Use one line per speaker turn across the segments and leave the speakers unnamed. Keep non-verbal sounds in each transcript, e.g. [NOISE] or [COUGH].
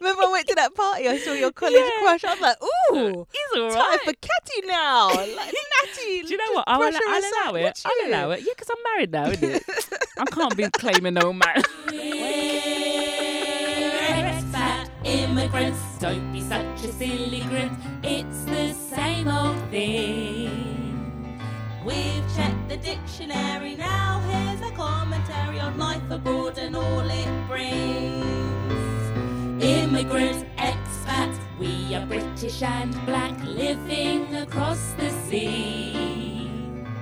Remember, I went to that party. I saw your college
Yeah.
crush. I'm like, ooh,
He's all
time
right.
for Catty now. Like,
[LAUGHS]
Natty.
Do you know what? Oh, I'll, allow- I'll allow it. I'll allow it. Yeah, because I'm married now, isn't
[LAUGHS]
it? I can't be claiming no [LAUGHS] man.
expat immigrants. Don't be such a silly grit. It's the same old thing. We've checked the dictionary now. Here's a commentary on life abroad and all it brings. Immigrant expats, we are British and black, living across the sea.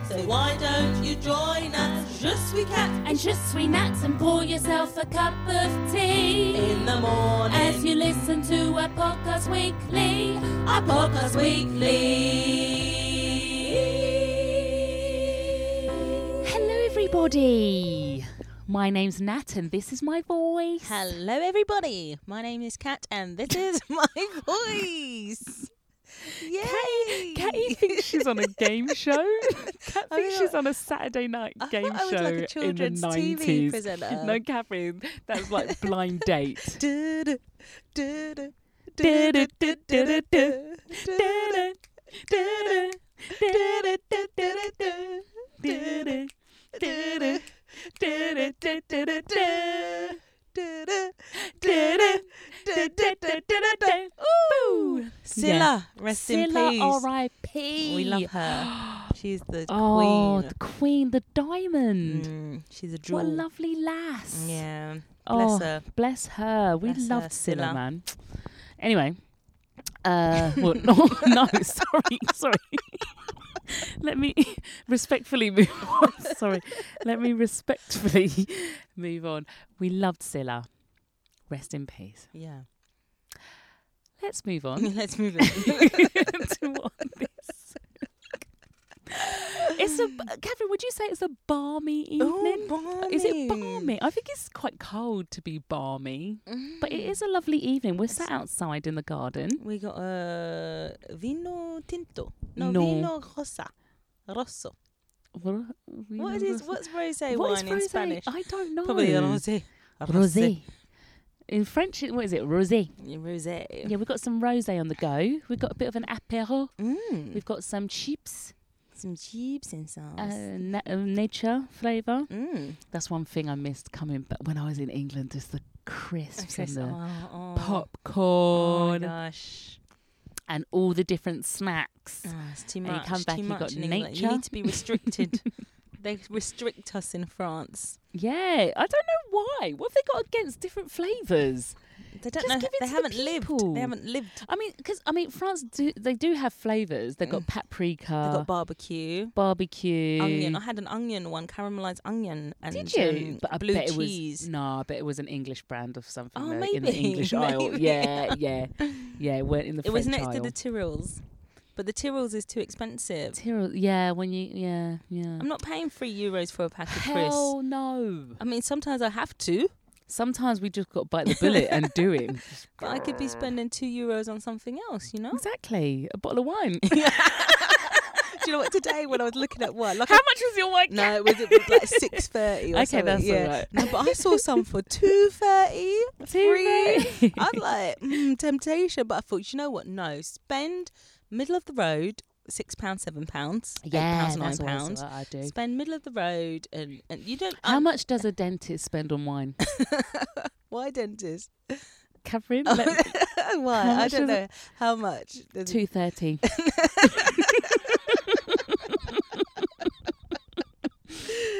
So why don't you join us? Je suis cat and je suis nat and pour yourself a cup of tea in the morning as you listen to our podcast weekly. Our podcast weekly.
Hello, everybody. My name's Nat, and this is my voice.
Hello, everybody. My name is Kat, and this
[LAUGHS]
is my voice. Yay! [LAUGHS]
Katie thinks she's on a [LAUGHS] game show. Kat
I
thinks
know.
she's on a Saturday night
I thought
game
I was
show
like a
in the
children's TV
nineties.
presenter.
No, Catherine,
[LAUGHS]
that's like blind date.
Du-du, du-du, du-du, du-du, du-du,
Du-du-du-du-du-du.
du-du, du-du, du-du, du-du, du-du, du-du, du-du, du-du, du-du, du-du. Ooh. Scylla, rest in
Scylla,
peace.
R.I.P.
We love
[GASPS]
her. She's the
Oh,
queen.
the queen, the diamond.
Mm, she's a jewel.
What a lovely lass.
Yeah. Bless
Oh,
her.
Bless her. We
Bless her,
loved Scylla,
Scylla.
man. Anyway. Uh, well, [LAUGHS] no, no, sorry, [LAUGHS] sorry. Let me respectfully move [LAUGHS] on. Sorry. Let me respectfully [LAUGHS] move on. We loved Scylla. Rest in peace.
Yeah. [LAUGHS]
Let's move on. [LAUGHS]
Let's move on.
to what this- It's a Catherine. Would you say it's a balmy evening?
Ooh,
Is it
balmy.
balmy? I think it's quite cold to be balmy, but it is a lovely evening. We're sat outside in the garden.
We got uh, vino tinto. No,
No.
vino rosa. Rosso.
What
What is what's rosé
what is
wine in
rosé?
Spanish?
I don't know.
Probably rosé.
Rosé. In French, it- what is it? Rosé.
Rosé.
Yeah, we've got some rosé on the go. We've got a bit of an apéro.
Mm.
We've got some chips,
Some chips and sauce.
uh, na- uh, nature flavour.
mm.
That's one thing I missed coming back when I was in England is the crisps
Okay,
and
so-
the
oh, oh. Oh my
popcorn
gosh.
and all the different snacks.
Oh, it's too
And you
much.
come back,
too
you've
much
got
in England. You
nature.
need to be
[LAUGHS]
restricted. they restrict us in France.
Yeah, I don't know why. What have they got against different flavours?
They don't
Just
know.
give it
they
to the
haven't lived.
people.
They haven't lived.
I mean, because I mean, France do they do have flavours? They've got paprika,
They Mm. got barbecue,
barbecue,
onion. I had an onion one, caramelized onion, and
Did you?
um,
but I
blue
bet
cheese.
it was no, I bet it was an English brand of something
Oh,
though, in the
[LAUGHS] maybe,
English aisle.
maybe.
Yeah,
[LAUGHS]
yeah, yeah. It weren't in the
it was
French
next to
aisle.
the Tyrrells, but the Tyrrells is too expensive.
Tyrrell- yeah, when you yeah yeah.
I'm not paying three euros for a pack of crisps.
Hell no.
I mean, sometimes I have to,
Sometimes we just got to bite the bullet and do it.
[LAUGHS] but I could be spending two euros on something else, you know.
Exactly. A bottle of wine.
[LAUGHS] Do you know what? Today, when I was looking at one, like
How much was your wine?
[LAUGHS] No, it was it was [LAUGHS] like
[LAUGHS]
six thirty or
Okay,
something.
that's all
yeah.
right.
No, but I saw some for [LAUGHS] two thirty, three. I'm like mm, temptation, but I thought, you know what? No, spend middle of the road, six pounds, seven pounds,
Yeah,
eight pounds, nine
that's what- that's
pounds.
what I do.
Spend middle of the road, and and you don't.
How
um,
much does a dentist spend
[LAUGHS]
on wine?
Why dentist? [LAUGHS]
Catherine,
Why? I
much
don't
is it?
know how much. There's
[LAUGHS]
[LAUGHS]
two thirty.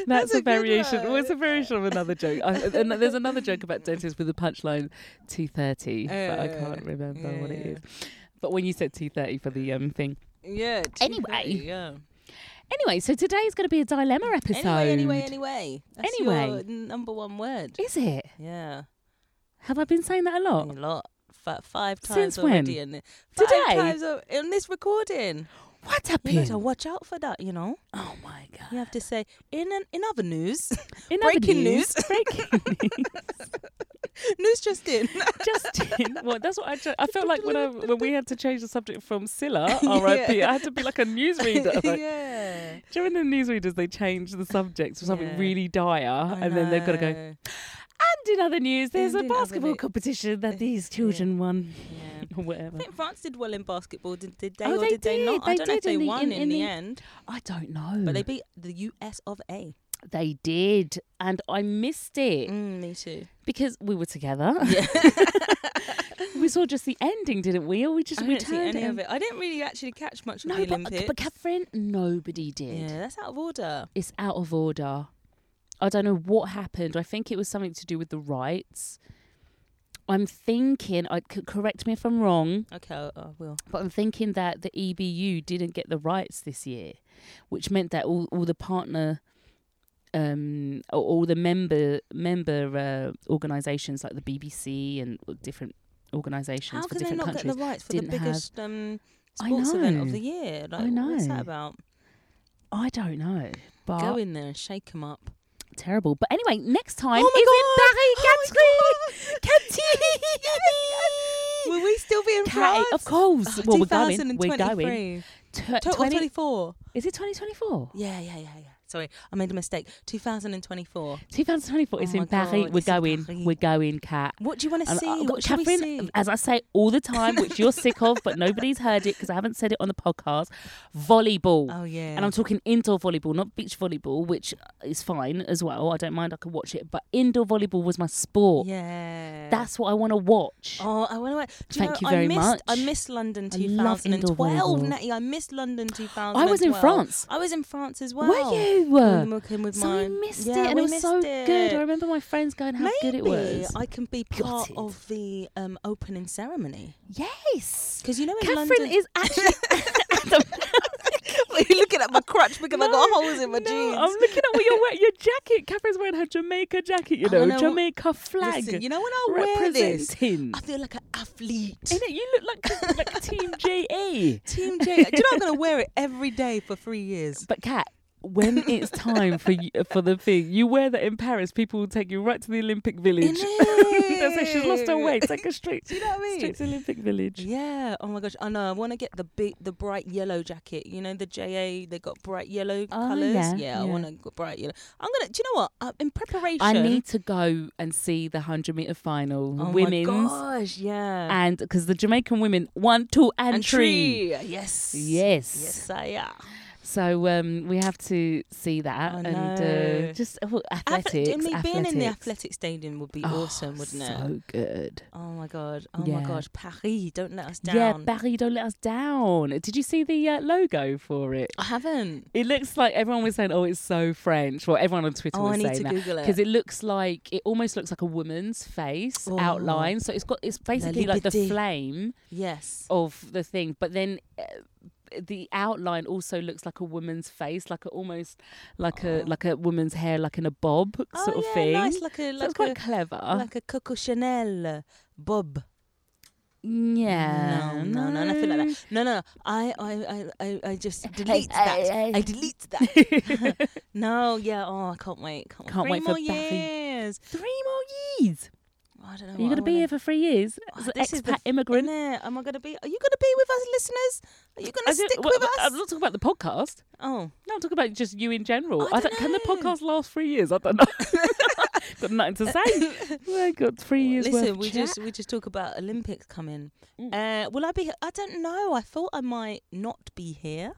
That's,
a
a,
good
variation.
one.
Well, it's a variation of another joke. I, and there's another joke about dentists with the punchline
[LAUGHS]
two thirty, but I
Uh,
can't remember what it
yeah.
is. But when you said two thirty for the um thing,
Yeah.
Anyway.
2.30, Yeah.
Anyway, so today is going to be a dilemma episode.
Anyway, anyway, anyway. That's your
Anyway.
number one word.
Is it?
Yeah.
Have I been saying that a
A
lot?
lot. F- five times
Since
already in it. Five
Today?
times o- in this recording.
What
You need
happened?
to watch out for that, you know.
oh my god!
You have to say in an, in other news.
In other
breaking news.
breaking
[LAUGHS]
news.
news just
[LAUGHS]
in.
Justin, well, that's what I. Ju- I felt like when I when we had to change the subject
[LAUGHS]
from Scylla, R.I.P. I had to be like a newsreader. Like,
yeah.
During the newsreaders, they change the subject to something
Yeah.
really dire,
I
and then they've got to go.
know.
And in other news, there's
And
a
in other
basketball
news.
competition that these children won,
Yeah.
or [LAUGHS] whatever.
I think France did well in basketball, did, did they?
Oh,
or
they
did, they not? I
did. They
don't know if
did
they
in the-
won
in-
in,
in
the
the- Hmm.
end,
I don't know,
but they beat the US of A.
They did, and I missed it
Mm, me too.
because we were together.
Yeah.
[LAUGHS] we saw just the ending, didn't we? Or we just
I
we
didn't see
turned
any
it
of
in-
it. I didn't really actually catch much of
No,
the
but,
Olympics.
but Catherine, nobody did.
yeah, that's out of order.
It's out of order. I don't know what happened. I think it was something to do with the rights. I'm thinking. I c- correct me if I'm wrong,
Okay, I, I will.
but I'm thinking that the EBU didn't get the rights this year, which meant that all, all the partner, um, a- all the member member uh, organisations like the BBC and different
How
organisations for
can they
different
not
countries
get the rights for the
didn't have-
biggest um,
I
sports event of
know.
the year? Like,
I
What's
know. Uh,
that about?
I don't know, but
Go in there and shake them up.
terrible. But anyway, next time
Oh my Oh
is in Paris, Catherine.
[LAUGHS] Will we still be in
Catherine.
France?
Of course.
Oh,
well, we're going. We're
2023.
going. Tw-
To- or
20
24.
is it 2024?
Uh, Yeah, yeah, yeah, yeah. Sorry, I made a mistake. 2024.
2024 is
Oh
in
my
Paris.
God,
we're
it's in
going.
Paris.
We're going, Cat.
What do you want to see? Uh, what should we
Catherine,
see?
as I say all the time, which you're sick of,
[LAUGHS]
but nobody's heard it because I haven't said it on the podcast. Volleyball.
Oh, yeah.
And I'm talking indoor volleyball, not beach volleyball, which is fine as well. I don't mind. I can watch it. But indoor volleyball was my sport.
Yeah.
That's what I want to watch.
Oh, I want to. Do you
Thank
know,
you very
I missed, I
much.
missed London
I love indoor
2012,
volleyball.
Natty. I missed London 2012.
I was in France.
I was in France as well.
Were you?
When we were working with
so I
mine.
missed
Yeah,
it, and
we
it was so
missed it.
good. I remember my friends going how
Maybe
good it was.
I can be
Got
part
it.
of the um, opening ceremony
yes,
because you know [LAUGHS] in
Catherine
London.
is actually.
[LAUGHS] You're looking at my crutch because I've got
No,
holes in my
no,
jeans.
I'm looking at what you're wearing. Your
[LAUGHS]
jacket. Catherine's wearing her Jamaica jacket. You
I
know,
know.
Jamaica flag.
Listen, you know when I wear this,
representing. [LAUGHS]
I feel like an athlete.
Innit? You look like, like Team JA.
[LAUGHS] Team J. Do you know I'm going to wear it every day for three years?
[LAUGHS] But Kat, when
[LAUGHS]
it's time for you, for the thing, you wear that in Paris. People will take you right to the Olympic Village. [LAUGHS] That's why she's lost her way.
Innit?
Take
[LAUGHS]
her straight.
Do you know what I mean?
Straight to Olympic Village.
Yeah. Oh my gosh. I know. I want to get the big, the bright yellow jacket. You know the JA. They got bright yellow
Oh,
colors.
yeah,
Yeah. I
yeah.
want to go bright yellow. I'm gonna. Do you know what? Uh, in preparation.
I need to go and see the 100 meter final,
Oh
women's.
My gosh. Yeah.
And because the Jamaican women, one, two, and, three.
Yes.
Yes.
Yes, I am.
So um, we have to see that.
I
and uh,
know.
just oh,
Athle-
athletics.
I mean, being in the
athletics.
athletic stadium would be
Oh,
awesome, wouldn't it?
So good.
Oh my god! Oh
Yeah.
my gosh! Paris, don't let us down.
Yeah, Barry, don't let us down. Did you see the uh, logo for it?
I haven't.
It looks like everyone was saying, "Oh, it's so French." Well, everyone on Twitter
Oh,
was
I need
saying
to
that
Google it.
because it looks like it almost looks like a woman's face
Oh.
outline. So it's got it's basically like the
liberté.
flame
yes.
of the thing, but then uh, the outline also looks like a woman's face, like a, almost like a
Oh.
like a woman's hair, like in a bob sort
oh,
of
yeah,
thing.
Nice, like a
so
like
it's quite
a
clever.
like a Coco Chanel uh, bob.
yeah.
no, no, no, nothing like that. No, no, I, I, I, I, I just delete that.
I-
I,
I-
delete that.
[LAUGHS]
No, yeah. Oh, I can't wait. Can't,
Can't
Three
wait for
more
Barry.
years.
Three more years.
Oh, I don't know.
Are you going to be here for three years as an expat immigrant?
There. Am I going to be? Are you going to be with us, listeners? Are you going
I
to
don't-
stick
well,
with us?
I'm not talking about the podcast.
oh,
No, I'm talking about just you in general.
I don't
Can the
know.
podcast last three years? I don't know. [LAUGHS] got nothing
[LAUGHS]
to say. well, I got three years worth
listen.
of
We
chat. Mm.
just we just talk about Olympics coming. Uh, will I be? I don't know. I thought I might not be here,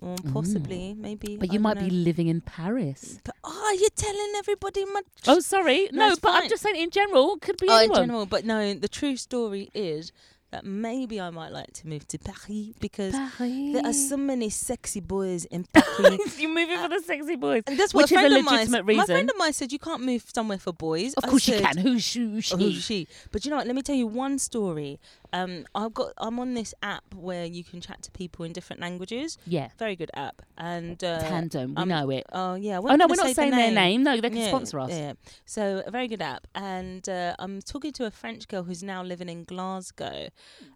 or possibly maybe.
Mm. But
I
you
don't
might
know.
be living in Paris.
But oh, you're telling everybody my. tr-
Oh, sorry. No,
No, it's
but I'm
fine.
just saying in general, it could be
Oh, in
anyone.
general, but no. The true story is that maybe I might like to move to Paris because there are so many sexy boys in
[LAUGHS]
Paris.
You're moving for the sexy boys.
And that's what
Which
a
is a
friend of mine.
legitimate
My
reason.
friend of mine said you can't move somewhere for boys.
of
I
course you
said,
can. Who's she?
Oh, who's she? But you know what? Let me tell you one story. Um, I've got. I'm on this app where you can chat to people in different languages.
Yeah.
Very good app. And uh,
Tandem. We
um,
know it.
Oh yeah. I
oh,
wasn't
no,
gonna
we're not
say the
saying their name. No, they can
yeah,
sponsor us.
Yeah. So a very good app, and uh, I'm talking to a French girl who's now living in Glasgow,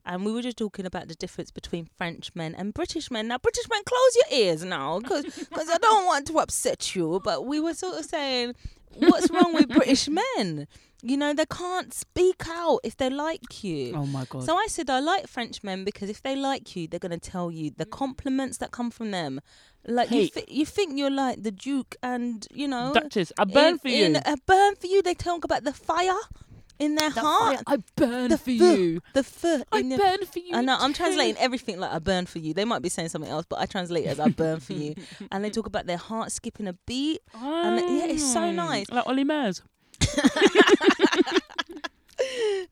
and we were just talking about the difference between French men and British men. Now, British men, close your ears now, because I don't want to upset you, but we were sort of saying What's wrong with British men? You know, they can't speak out if they like you.
Oh my god.
So I said I like French men because if they like you, they're going to tell you the compliments that come from them. Like you,
Hey.
thi- you think you're like the Duke, and you know,
Duchess, I burn
in-
for you.
In a burn for you. They talk about the fire in their
The
heart.
fire, I burn
The
for
fur-
you.
The fur.
I
in your-
burn for you.
I know. I'm
too.
translating everything like I burn for you. They might be saying something else, but I translate it as I burn for you. And they talk about their heart skipping a beat. [LAUGHS] and yeah, it's so
Oh,
nice.
Like Ollie Murs.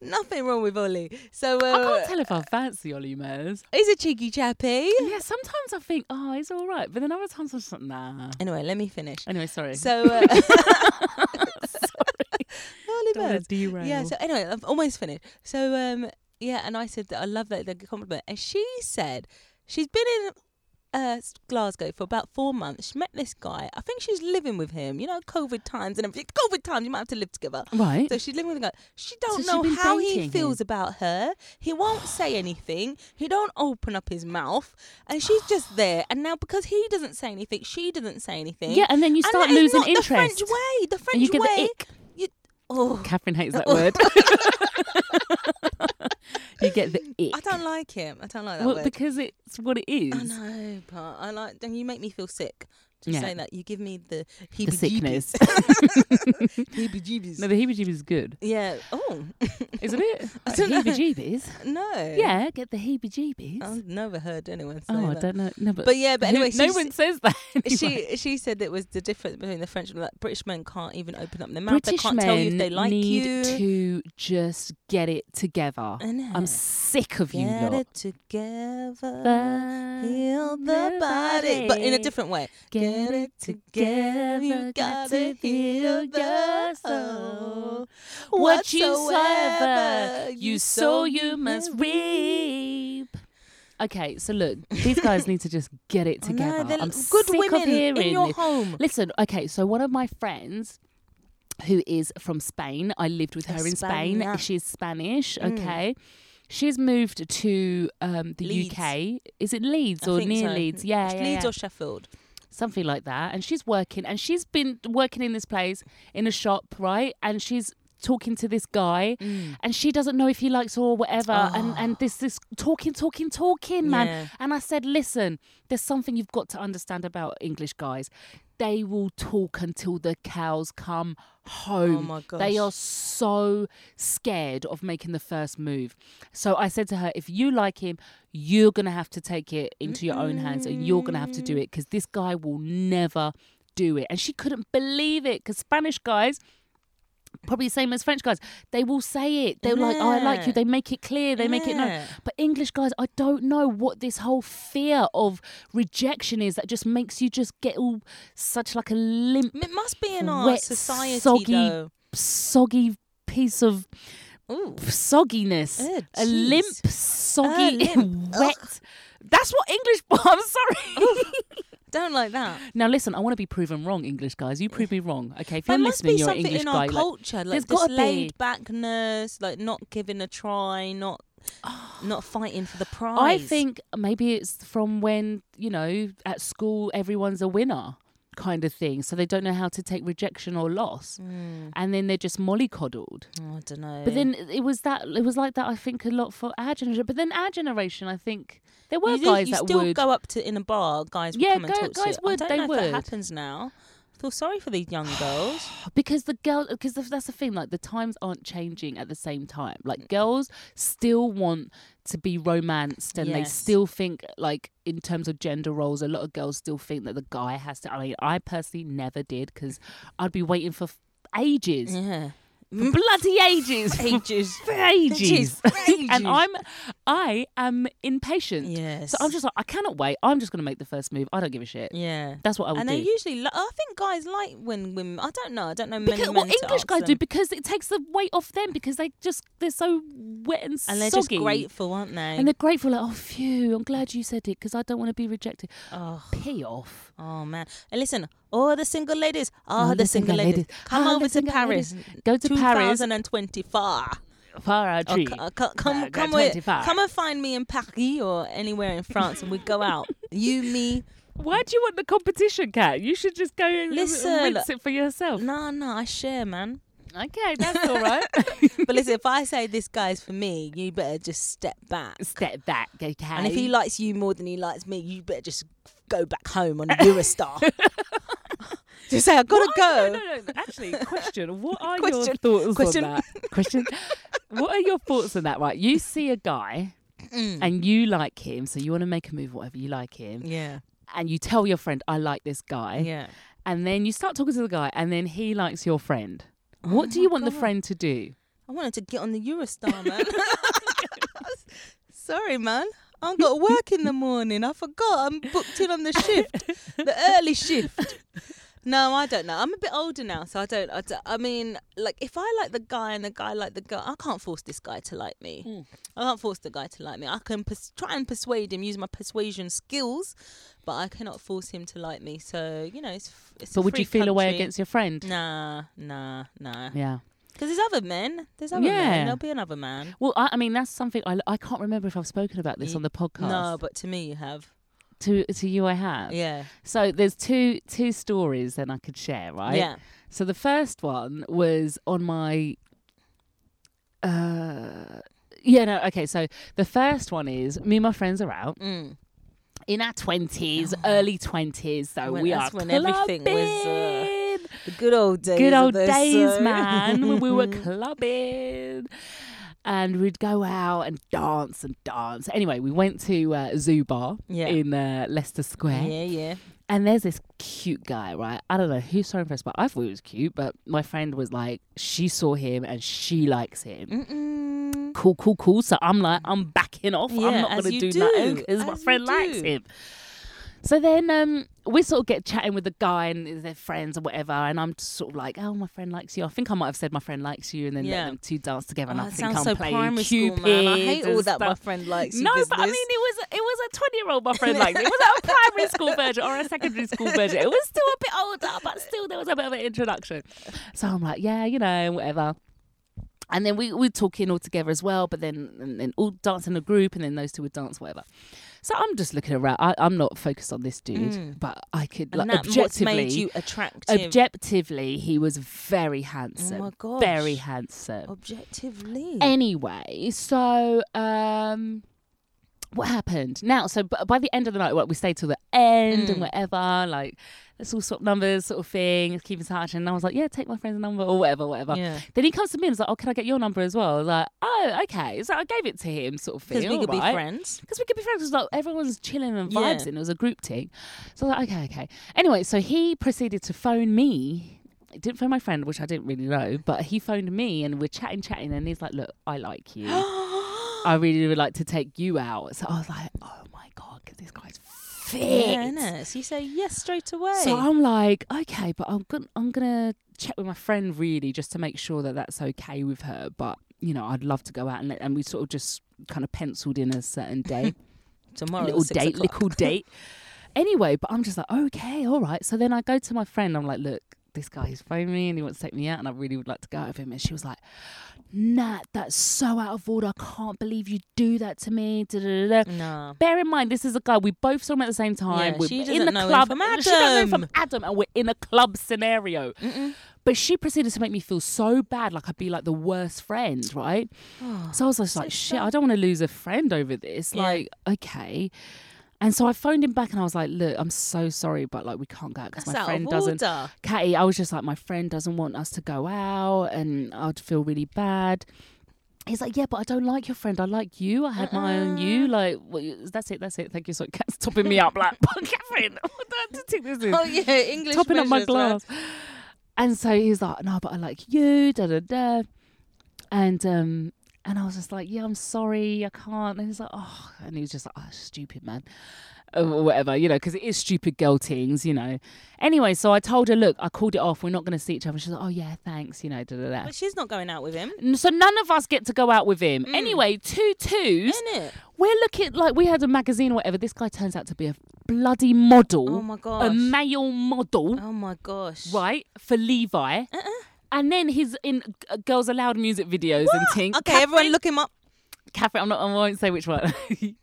Nothing wrong with Ollie. So
I
uh,
can't tell if I fancy Ollie Murs.
he's a cheeky chappy.
Yeah, sometimes I think, oh, he's all right, but then other times I'm just like, nah.
Anyway, let me finish.
Anyway, sorry. [LAUGHS]
So [LAUGHS] uh,
sorry.
Ollie
Don't wanna
Burns.
derail.
Yeah. So anyway, I've almost finished. So um, yeah, and I said that I love that the compliment, and she said she's been in uh s- Glasgow for about four months. She met this guy. I think she's living with him. You know, COVID times and everything. [LAUGHS] COVID times, you might have to live together.
right.
So she's living with a guy. She don't
she's
know
been
how he
dating
feels about her. He
[GASPS]
won't say anything. He don't open up his mouth, and she's
[SIGHS]
just there. And now because he doesn't say anything, she doesn't say anything.
yeah, and then you
And
start
that is
losing
not The
interest.
French way. The French
and you get
way.
the ick.
oh,
Catherine
[LAUGHS]
hates that word. [LAUGHS] you get the ick.
I don't like him. I don't like that
well,
word.
because it's what it is.
I know, but I like. Then you make me feel sick. Just
Yeah.
saying that you give me the
The
heebie-jeebies. [LAUGHS]
sickness. [LAUGHS]
heebie-jeebies.
no, the heebie-jeebies is good,
yeah. Oh [LAUGHS]
isn't it?
I
Like,
don't know.
heebie-jeebies.
no.
Yeah, get the heebie-jeebies.
I've never heard anyone say
oh, I
that.
don't know. No, but,
But yeah, but
who-
anyway,
no
she's-
one says that. anyway.
She she said that was the difference between the French and like British men can't even open up their mouth.
British
they can't
men
tell you if they like
need
you.
to just get it together.
Innit?
I'm sick of you
Get
lot.
it together.
But
Heal the body. But in a
nobody
different way.
Get it together. You gotta heal your soul. What you sow,
oh, Whatsoever
you sow, you must reap. Okay, so look,
[LAUGHS]
these guys need to just get it
I know,
together.
they're
I'm
good
sick
women
of hearing
in your
this.
home.
Listen, okay, so one of my friends who is from Spain, I lived with her in Spain.
España.
She's Spanish,
Mm.
okay? She's moved to um, the
Leeds.
UK. Is it Leeds
I
or
think
near
so.
Leeds? Yeah,
It's
yeah,
Leeds
yeah.
or Sheffield.
something like that. And she's working, and she's been working in this place in a shop, right? And she's talking to this guy
Mm.
and she doesn't know if he likes her or whatever and and this this talking talking talking man
Ah. Yeah.
and i said listen there's something you've got to understand about english guys they will talk until the cows come home
Oh my
they
gosh.
are so scared of making the first move so i said to her if you like him you're going to have to take it into your own hands and you're going to have to
Mm.
do it because this guy will never do it and she couldn't believe it because spanish guys probably the same as French guys. They will say it. They're like, oh, I like
Yeah.
you. They make it clear. They make it known.
Yeah.
But English guys, I don't know what this whole fear of rejection is that just makes you just get all such like a limp,
It must be in our
wet,
society
soggy
though.
soggy piece of
Ooh.
sogginess.
Eh,
a
jeez.
limp, soggy,
A limp.
[LAUGHS] wet. That's what English. [LAUGHS] I'm sorry.
Don't like that.
now listen, I want to be proven wrong, English guys. You prove me wrong, okay? If
There
you're
must
listening,
be
you're an
something
English
in
guy.
our
like,
culture, like
there's
this
gotta be.
laid backness, like not giving a try,
[SIGHS]
not not fighting for the prize.
I think maybe it's from when, you know, at school everyone's a winner kind of thing. So they don't know how to take rejection or loss.
Mm.
And then they're just mollycoddled.
Oh, I don't know.
But then it was that it was like that I think a lot for our generation. But then our generation, I think there were
you, do-
guys
you
that
still
would
go up to in a bar, guys. Would
Yeah,
come and
go-
talk to
guys
you.
would,
I don't
they
know if
would.
that happens now. I feel sorry for these young girls.
[SIGHS] because the girl because that's the thing like the times aren't changing at the same time like girls still want to be romanced and they
Yes.
still think like in terms of gender roles a lot of girls still think that the guy has to i mean i personally never did because i'd be waiting for f- ages
yeah,
bloody [LAUGHS] ages
ages. [LAUGHS]
for ages
Ages.
and i'm i am impatient
yes.
so i'm just like i cannot wait i'm just going to make the first move i don't give a shit
yeah.
that's what i would
And
do
they usually, li- I think guys like when women. I don't know. I don't know many
because
men
well,
to
English
ask
guys
them.
do because it takes the weight off them because they just they're so wet and,
and they're
soggy
just grateful, aren't they?
and they're grateful like oh phew I'm glad you said it because I don't want to be rejected.
oh.
Pee off.
Oh man! And listen, all the single ladies, all the single ladies, come
all the
over to
single
Paris,
ladies. Go to Paris.
2024.
Para
Or
tree.
c- uh, c- come,
Uh,
come,
25.
with, come and find me in Paris or anywhere in France, and we go out. you, me,
Why do you want the competition, Cat? You should just go and
Listen.
rinse it for yourself.
No, no, I share, man.
Okay, that's all [LAUGHS] right.
But listen, if I say this guy's for me, you better just step back.
Step back, okay?
And if he likes you more than he likes me, you better just go back home on a Eurostar. [LAUGHS] just say, I've got to
What are-
go.
No, no, no. Actually, question. What are
Question.
your thoughts
Question.
on that? Question. what are your thoughts on that? Right, you see a guy and you like him, so you want to make a move, whatever. You like him,
Yeah,
and you tell your friend, "I like this guy,"
yeah.
and then you start talking to the guy, and then he likes your friend.
Oh
What do you want the friend to do?
I wanted to get on the Eurostar,
[LAUGHS]
man. Sorry, man. I've got to work in the morning. I forgot. I'm booked in on the shift, the early shift. No, I don't know. I'm a bit older now, so I don't. I, don't- I mean, like, if I like the guy and the guy like the girl, I can't force this guy to like me.
Hmm.
I can't force the guy to like me. I can pers- try and persuade him, use my persuasion skills, but I cannot force him to like me. So you know, it's. f- it's
So
a
would you
free
feel away
country. Mm.
against your friend?
Nah, nah, nah.
Yeah.
Because there's other men. There's other
Yeah.
men. There'll be another man.
Well, I, I mean, that's something I, I can't remember if I've spoken about this
Ye-
on the podcast.
No, but to me, you have.
to to you, I have.
Yeah.
So there's two two stories then I could share, right?
Yeah.
So the first one was on my. Uh, yeah, no, okay. So the first one is me and my friends are out
Mm. Oh.
in our twenties, early twenties. So
When-
we are
that's when everything was, uh,
clubbing.
The good old days.
good
of
old
this,
days,
uh,
man,
[LAUGHS]
when we were clubbing. And we'd go out and dance and dance. Anyway, we went to uh, Zoo Bar
Yeah.
in uh, Leicester Square.
Yeah, yeah.
And there's this cute guy, right? I don't know who's so impressed, but I thought he was cute. But my friend was like, she saw him and she likes him.
Mm. Mm-mm.
Cool, cool, cool. So I'm like, I'm backing off. I'm
Mm. Yeah,
not
as
gonna
you
do,
do,
nothing because my
as you
friend likes
do.
him. So then um, we sort of get chatting with the guy and their friends or whatever, and I'm just sort of like, "Oh, my friend likes you." I think I might have said my friend likes you, and then let
Yeah.
them two dance together, and
Oh,
I
it
think
sounds
I'm
so
playing
primary
Cupid.
school, man. I hate all
and
that my
stuff.
friend likes. you
No, but I mean,
business.
it was it was a twenty year old my
[LAUGHS]
friend like me. It [LAUGHS] was not a primary school version or a secondary school version. It was still a bit older, but still there was a bit of an introduction. So I'm like, yeah, you know, whatever. And then we we were talking all together as well, but then and, then all dance in a group, and then those two would dance whatever. So I'm just looking around. I, I'm not focused on this dude, but I could like
Mm. and that's what's
objectively.
made you attractive.
Objectively, he was very handsome.
Oh gosh.
Very handsome.
Objectively.
Anyway, so um, what happened? Now, so b- by the end of the night, what we stayed till the end
Mm.
and whatever, like let's all swap numbers, sort of thing, keep in touch. And I was like, yeah, take my friend's number or whatever, whatever.
Yeah.
Then he comes to me and was like, oh, can I get your number as well? I was like, oh, okay. So I gave it to him, sort of thing.
Because we
all
could
right.
be
[GASPS]
friends.
Because we could be friends. 'cause, like everyone's chilling and
Yeah.
vibes, and it was a group thing. So I was like, okay, okay. Anyway, so he proceeded to phone me. He Didn't phone my friend, which I didn't really know, but he phoned me, and we're chatting, chatting, and he's like, "Look, I like you.
[GASPS]
I really would like to take you out." So I was like, "Oh my god, because this guy's fit."
Yeah, innit? So you say yes straight away.
So I'm like, okay, but I'm gonna I'm gonna check with my friend really just to make sure that that's okay with her. But you know, I'd love to go out and let, and we sort of just kind of penciled in
[LAUGHS]
a certain day
Tomorrow.
little
six
date,
o'clock. [LAUGHS]
little date. Anyway, but I'm just like, okay, all right. So then I go to my friend. I'm like, look, this guy's phoned me and he wants to take me out, and I really would like to go out with him. And she was like, Nat, that's so out of order. I can't believe you do that to me. Da, da, da, da. [LAUGHS]
Nah.
Bear in mind, this is a guy we both saw him at the same time.
Yeah,
we're
she
in
doesn't
the
know him
club.
from
[LAUGHS] She doesn't know him
Adam.
from Adam, and we're in a club scenario. But she proceeded to make me feel so bad, like I'd be like the worst friend,
[SIGHS]
right? so I was just like, shit, I don't want to lose a friend over this.
Yeah.
Like, okay. And so I phoned him back and I was like, look, I'm so sorry, but like we can't go out because
That's
my
out
friend
of
doesn't. [LAUGHS]
order.
Catty, I was just like, my friend doesn't want us to go out and I'd feel really bad. He's like, yeah, but I don't like your friend. I like you. I had my own you. Like, what you- that's it. That's it. Thank you. So Cat's topping me up like, [LAUGHS] Catherine, what the- I think this is
Oh, yeah. English.
topping up my
measures, man.
glass. And so he's like, no, but I like you, da da da. And um, and I was just like, yeah, I'm sorry, I can't. And he's like, oh, and he was just like, oh, stupid man, or whatever, you know, because it is stupid girl things, you know. Anyway, so I told her, look, I called it off. We're not going to see each other. She's like, oh yeah, thanks, you know, da da da.
But Mm. she's not going out with him.
N- So none of us get to go out with him. Anyway, two twos.
Isn't it?
We're looking like we had a magazine or whatever. This guy turns out to be a bloody model.
Oh my gosh.
A male model
Oh, my gosh.
right for Levi,
Uh-uh.
and then he's in uh, Girls Aloud music videos and things.
Okay, everyone look him up.
Catherine, I'm not. I won't say which one, [LAUGHS]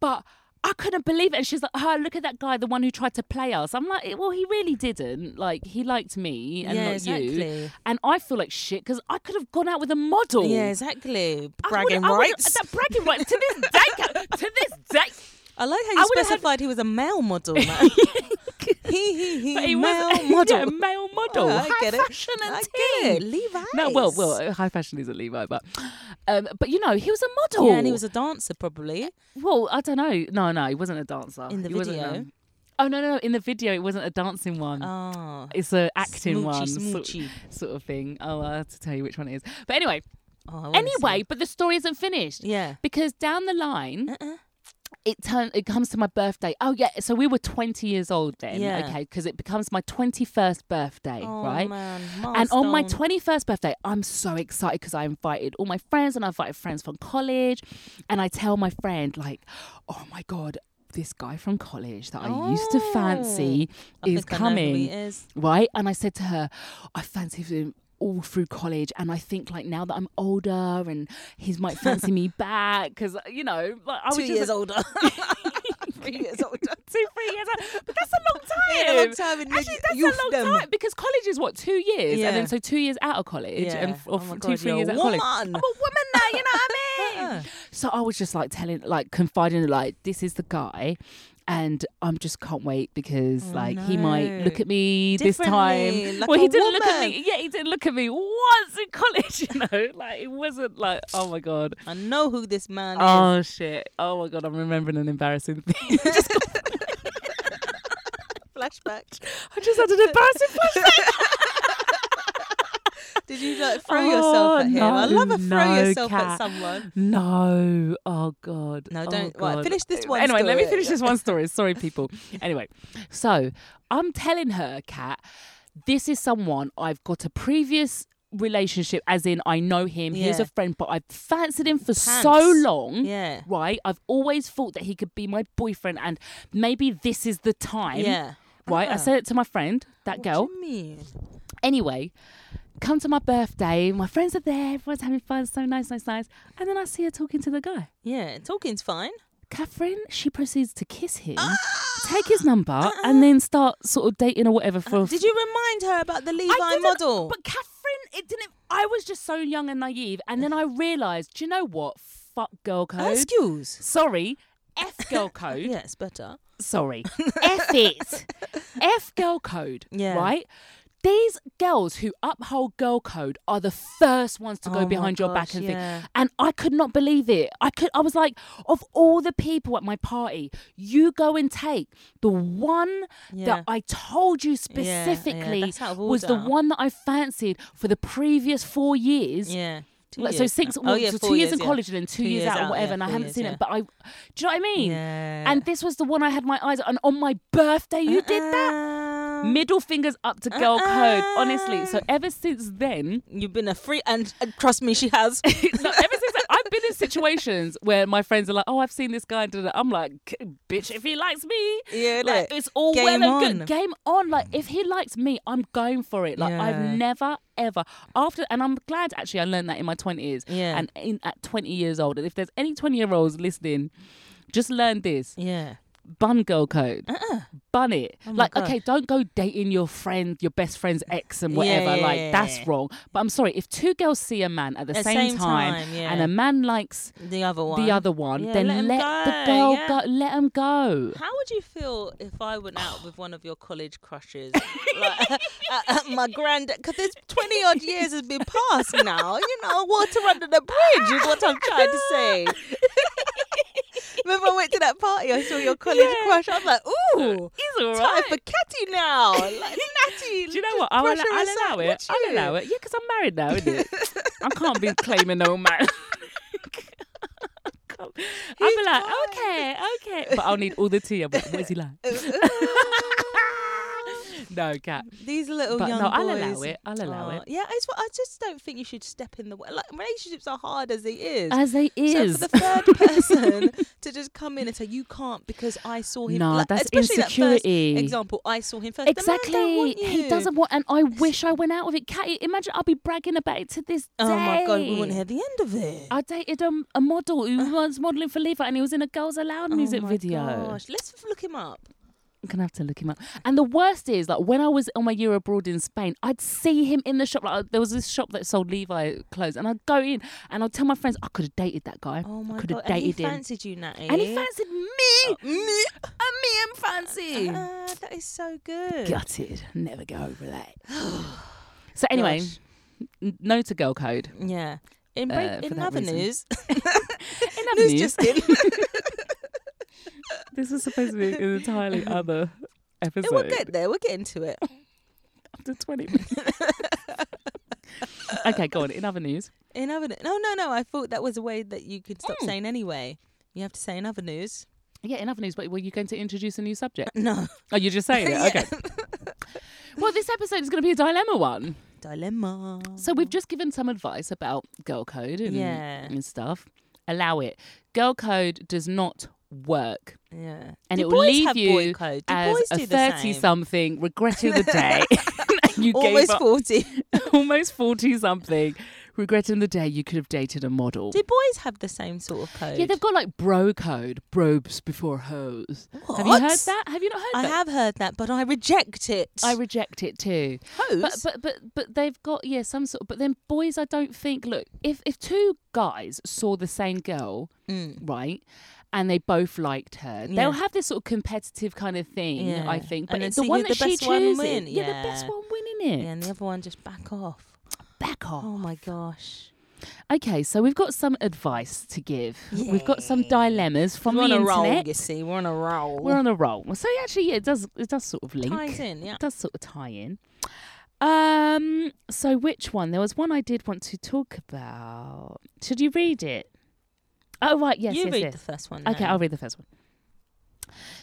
but I couldn't believe it. And she's like, oh, look at that guy, the one who tried to play us. I'm like, well, he really didn't. Like, he liked me and
yeah,
not you.
exactly.
And I feel like shit because I could have gone out with a model.
Yeah, exactly.
I would've-
Bragging
I would've-
rights.
That bragging rights to this day. To this day.
I like how
I
you
would've had-
specified he was a male
[LAUGHS]
model. Man. he, he, he,
But [LAUGHS] he was
male
Yeah,
model.
male model.
Oh, I
high
get it.
fashion and
I
tea.
get it. Levi's.
No, well, well, uh, high fashion isn't Levi, but um, but you know, he was a model.
Yeah, and he was a dancer probably.
well, I don't know. No, no, he wasn't a dancer
In the
He wasn't,
video?
um, oh no, no, no, in the video, it wasn't a dancing one.
Oh.
it's a acting
smoochy,
one, sort-
Smoochy.
sort of thing. I'll uh, have to tell you which one it is. But anyway,
Oh, I wanna
anyway,
see.
but the story isn't finished
Yeah.
because down the line,
Uh-uh.
it turn it comes to my birthday. Oh yeah, so we were twenty years old then.
Yeah.
Okay, because it becomes my twenty first birthday,
Oh,
right?
man.
And on my
milestone.
21st birthday, I'm so excited because I invited all my friends and I invited friends from college. And I tell my friend, like, oh my God, this guy from college that I used to fancy
Oh, I
is
think I know who he
coming.
is.
Right? And I said to her, I fancied him all through college. And I think, like, now that I'm older and he might fancy
[LAUGHS]
me back because, you know, like, I was
Two
Oh, just
years
like, [LAUGHS]
older. [LAUGHS] Three years older.
two, three years old. But that's a
[LAUGHS]
long time.
Yeah, a long time in
Actually,
mid-
that's a long
youthdom.
time because college is what two years, and then
Yeah.
so two years out of college,
Yeah.
and f- or
Oh
f-
my
two,
God,
three
you're
years
a
out of college.
woman. Uh-uh.
I'm a woman now, you know
[LAUGHS]
what I mean? So I was just like telling, like confiding, like this is the guy. And I'm just can't wait because like he might
Oh, no.
look at me this
Differently,
time.
like
well, he
a
didn't look at
woman.
me. Yeah, he didn't look at me once in college. [LAUGHS] You know, like it wasn't like oh my god.
I know who this man is.
Oh shit! Oh my god! I'm remembering an embarrassing thing. Just-
Flashback.
I just had an embarrassing
Did you like throw yourself at him? I
Oh,
love a throw
no,
yourself at
Kat.
someone.
No. Oh God.
No,
Oh,
don't- right,
God.
finish this one
Anyway, let me
story.
finish
[LAUGHS]
this one story. Sorry, people. Anyway, so I'm telling her, Kat, this is someone I've got a previous relationship, as in I know him. He's
Yeah.
a friend, but I've fancied him for so
Pants.
long.
Yeah.
Right, I've always thought that he could be my boyfriend, and maybe this is the time.
Yeah.
Right, I
Ah.
said it to my friend, that
What
girl.
do you mean?
Anyway, come to my birthday. My friends are there. Everyone's having fun. So nice, nice, nice. And then I see her talking to the guy.
Yeah, talking's
[SIGHS]
fine.
Catherine, she proceeds to kiss him,
Ah!
take his number, and then start sort of dating or whatever for.
Uh-uh. Uh, Did you remind her about the
I
Levi
didn't-
model?
But Catherine, it didn't. e, I was just so young and naive. And then I realised, do you know what? Fuck girl code.
Excuse.
Sorry. F
[LAUGHS]
girl code.
Yes, better.
Sorry.
[LAUGHS]
F it. F girl code.
Yeah.
Right? These girls who uphold girl code are the first ones to
Oh
go
my
behind your
gosh,
back and
yeah.
think. And I could not believe it. I could I was like, of all the people at my party, you go and take the one
Yeah.
that I told you
yeah, that's
specifically
out of
was the
order.
one that I fancied for the previous four years.
Yeah. Two
Like, so
years
six,
now.
well,
oh, yeah,
so
four
two years, in
yeah.
college and then two, years, out, or whatever,
yeah,
and I
four
haven't
years,
seen
yeah.
it. But I, do you know what I mean?
Yeah.
And this was the one I had my eyes on. And on my birthday, you did that.
Uh-uh.
Middle fingers up to girl code,
Uh-uh.
honestly. So ever since then,
You've been a free, and, and trust me, she
[LAUGHS]
has.
no, ever since then, I've been in situations where my friends are like, "Oh, I've seen this guy." da, da, da." I'm like, "K- "Bitch, if he likes me,
Yeah,
like,
look,
it's all
game
well and
on.
good. Game on. Like if he likes me, I'm going for it. Like
Yeah.
I've never ever after, and I'm glad actually I learned that in my twenties.
Yeah.
and in at 20 years old. And if there's any 20 year olds listening, just learn this.
yeah.
bun girl code. Bun it.
Uh-uh. Oh my
like,
God.
okay, don't go dating your friend, your best friend's ex and whatever.
yeah,
like,
yeah,
that's
yeah.
wrong. But I'm sorry, if two girls see a man at the, same, time,
yeah.
and a man likes
the other one.
the other one,
Yeah,
then
let
let,
'em
the
go,
girl
yeah.
go. Let him go.
How would you feel if I went out with one of your college
[LAUGHS]
crushes? like, [LAUGHS] at, at my grand, because there's 20 odd years has been passed now. You know, water under the bridge is what I'm trying to
[LAUGHS]
say. Remember, I went to that party, I saw your college
Yeah.
crush. I was like, ooh,
He's all
time for Catty now. Like, Natty.
[LAUGHS] Do you know what? I'll, allow- I'll allow it. I'll allow it. [LAUGHS] Yeah, because I'm married now, isn't
[LAUGHS]
it? I can't be claiming no man. [LAUGHS] I'll be
He's
like,
fine. [LAUGHS]
okay, okay. But I'll need all the tea. I'm like, what is he like? no, cat.
[LAUGHS] These little
But
young
no,
boys.
I'll allow it. I'll allow
Aw,
it.
Yeah, it's, what- I just don't think you should step in the way. Like relationships are hard as it is.
As they is. [LAUGHS]
So for the third person to just come in and say you can't because I saw him.
No,
like,
that's
especially That
insecurity.
first example, I saw him first. The man
Exactly.
don't want
He
you.
doesn't want, and I wish I went out with it. Cat, imagine I'll be bragging about it to this
Oh
day.
my god, we want to hear the end of it. Uh.
I dated um, a model who was modelling for Levi, and he was in a Girls Aloud
Oh
music
my
video.
Gosh. Let's f- look him up.
I'm gonna have to look him up. And the worst is, like, when I was on my year abroad in Spain, I'd see him in the shop. Like, there was this shop that sold Levi clothes, and I'd go in and I'd tell my friends, I could have dated that guy.
Oh
I
my
could
god,
have
and he
dated him.
fancied you, Natty.
And he fancied me.
Oh, me.
And me and Fancy.
Ah, that is so good.
Gutted. Never go over that. [GASPS] so anyway,
Gosh.
n- no to girl code.
yeah. In,
Uh,
break,
for
in
that
other
reason.
news,
In other
news
[LAUGHS] news,
[LAUGHS] just
[LAUGHS]
in.
this was supposed to be an [LAUGHS] entirely other episode.
we'll get there. We'll get into it.
After 20 [LAUGHS] minutes. okay, go on. In other news.
In other no, no, no. I thought that was a way that you could stop
Mm.
saying anyway. You have to say in other news.
Yeah, in other news, but were you going to introduce a new subject?
No [LAUGHS]
Oh, you're just [LAUGHS] saying it.
Yeah.
Okay. well, this episode is going to be a dilemma one.
dilemma.
So we've just given some advice about girl code and,
Yeah.
and stuff. Allow it. Girl code does not work,
yeah,
and
Do
it will
boys
leave
have
you
boy code? Do
as
boys
a
do the same?
thirty-something regretting [LAUGHS] the day you gave
Almost
up,
forty. [LAUGHS]
almost forty-something regretting the day you could have dated a model.
Do boys have the same sort of code?
yeah, they've got like bro code, brobes before hoes. Have you
What?
heard that? Have you not heard
I
that?
have heard that, but I reject it.
I reject it too. But but but but they've got yeah some sort. But then boys, I don't think. Look, if if two guys saw the same girl,
Mm.
right, and they both liked her,
Yeah.
they'll have this sort of competitive kind of thing.
Yeah.
I think. But
And then
it's the
see
one
who
that
the
she
best one
chooses,
win.
yeah, the best
Yeah.
one winning it.
yeah, and the other one just back off.
Back off.
Oh my gosh.
Okay, so we've got some advice to give. We've got some dilemmas from
We're
the
on a roll,
internet.
you see. We're on a roll.
We're on a roll. So actually, yeah, it does it does sort of link.
Ties in, yeah.
It does sort of tie in. Um, so which one? There was one I did want to talk about. Should you read it? Oh right, yes,
you
yes,
read
yes.
the first one.
Okay,
now.
I'll read the first one.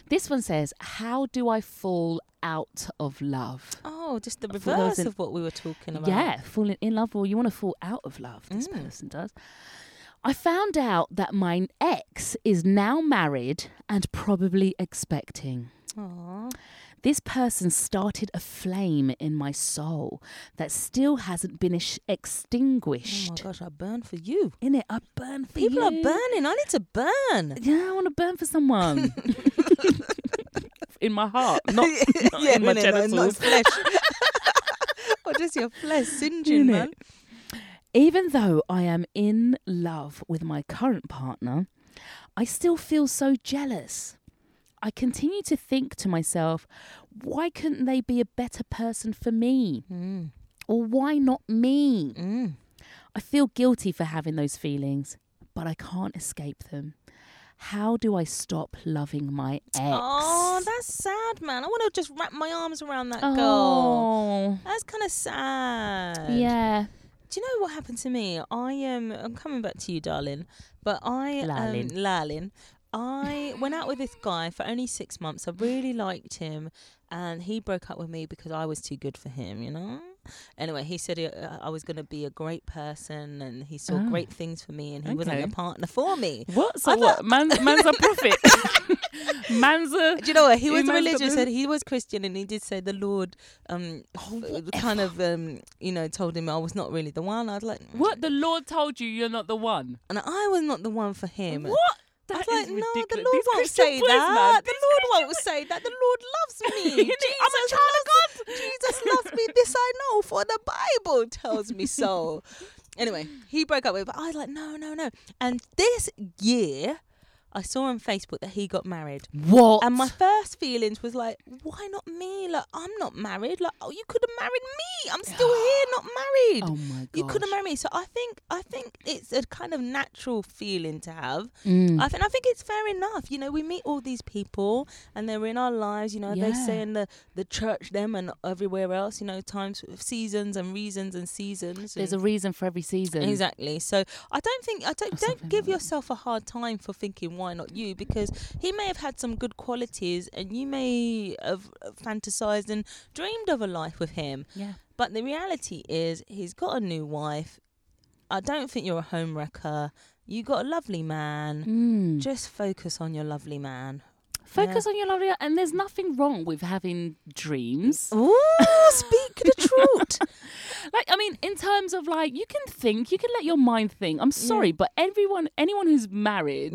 This one says, "How do I fall out of love?"
Oh, just the
thought that
reverse
was an-
of what we were talking about.
Yeah, falling in love, or you want to fall out of love. This
Mm.
person does. I found out that my ex is now married and probably expecting.
Aw. Oh
This person started a flame in my soul that still hasn't been ish-
Oh my
extinguished.
gosh, I burn for you.
in it, I burn for
People
you.
are burning. I need to burn.
Yeah, I want to burn for
[LAUGHS]
someone. [LAUGHS] in my heart, not,
[LAUGHS]
not in
innit,
my
like,
genitals.
not flesh. [LAUGHS] or just your flesh singeing,
Innit?
man.
Even though I am in love with my current partner, I still feel so jealous. I continue to think to myself, why couldn't they be a better person for me?
Mm,
Or why not me?
mm.
I feel guilty for having those feelings, but I can't escape them. How do I stop loving my ex?
Oh, that's sad, man. I want to just wrap my arms around that girl. That's kind of
Oh,
sad.
yeah.
Do you know what happened to me? I um, I'm coming back to you, darling. But I, um,
Lalin.
Lalin, I went out with this guy for only six months. I really liked him, and he broke up with me because I was too good for him. You know. Anyway, he said uh, I was going to be a great person, and he saw
Oh.
great things for me, and he wasn't
Okay.
a partner for me.
What? So
I
what?
thought-
Man, man's
[LAUGHS]
a prophet. man's a.
Do you know what? He was
man's got
religious
this-
and he was Christian, and he did say the Lord, um,
Oh,
f- kind of, um, you know, told him I was not really the one. I was like,
What the Lord told you, you're not the one.
and I was not the one for him.
What?
I was
That's
like, no, the Lord
These
won't
Christian
say
boys, man.
that. The
These
Lord
Christian
won't
boys-
say that. The Lord loves
[LAUGHS]
me.
Innit? I'm a
Jesus
child of
loves- Jesus loves me. This I know, for the Bible tells me so. anyway, he broke up with, but I was like, no, no, no. And this year, I saw on Facebook that he got married.
What?
And my first feelings was like, why not me? Like, I'm not married. Like, oh, you could have married me. I'm
[SIGHS]
still here, not married.
oh my god.
You couldn't marry me. So I think I think it's a kind of natural feeling to have.
Mm.
I think I think it's fair enough. You know, we meet all these people and they're in our lives, you know, they
Yeah.
say in the, the church them and everywhere else, you know, times seasons and reasons and seasons.
There's a
and-
reason for every season.
Exactly. So I don't think I don't
Or
don't
something
give
like that.
yourself a hard time for thinking why not you because he may have had some good qualities and you may have uh, fantasized and dreamed of a life with him.
Yeah.
But the reality is, he's got a new wife. I don't think you're a homewrecker. You got a lovely man.
Mm.
Just focus on your lovely man.
Focus on your lovely, and there's nothing wrong with having dreams.
[LAUGHS] Ooh, speak the truth.
Like, I mean, in terms of like, you can think, you can let your mind think. I'm sorry, but everyone, anyone who's married,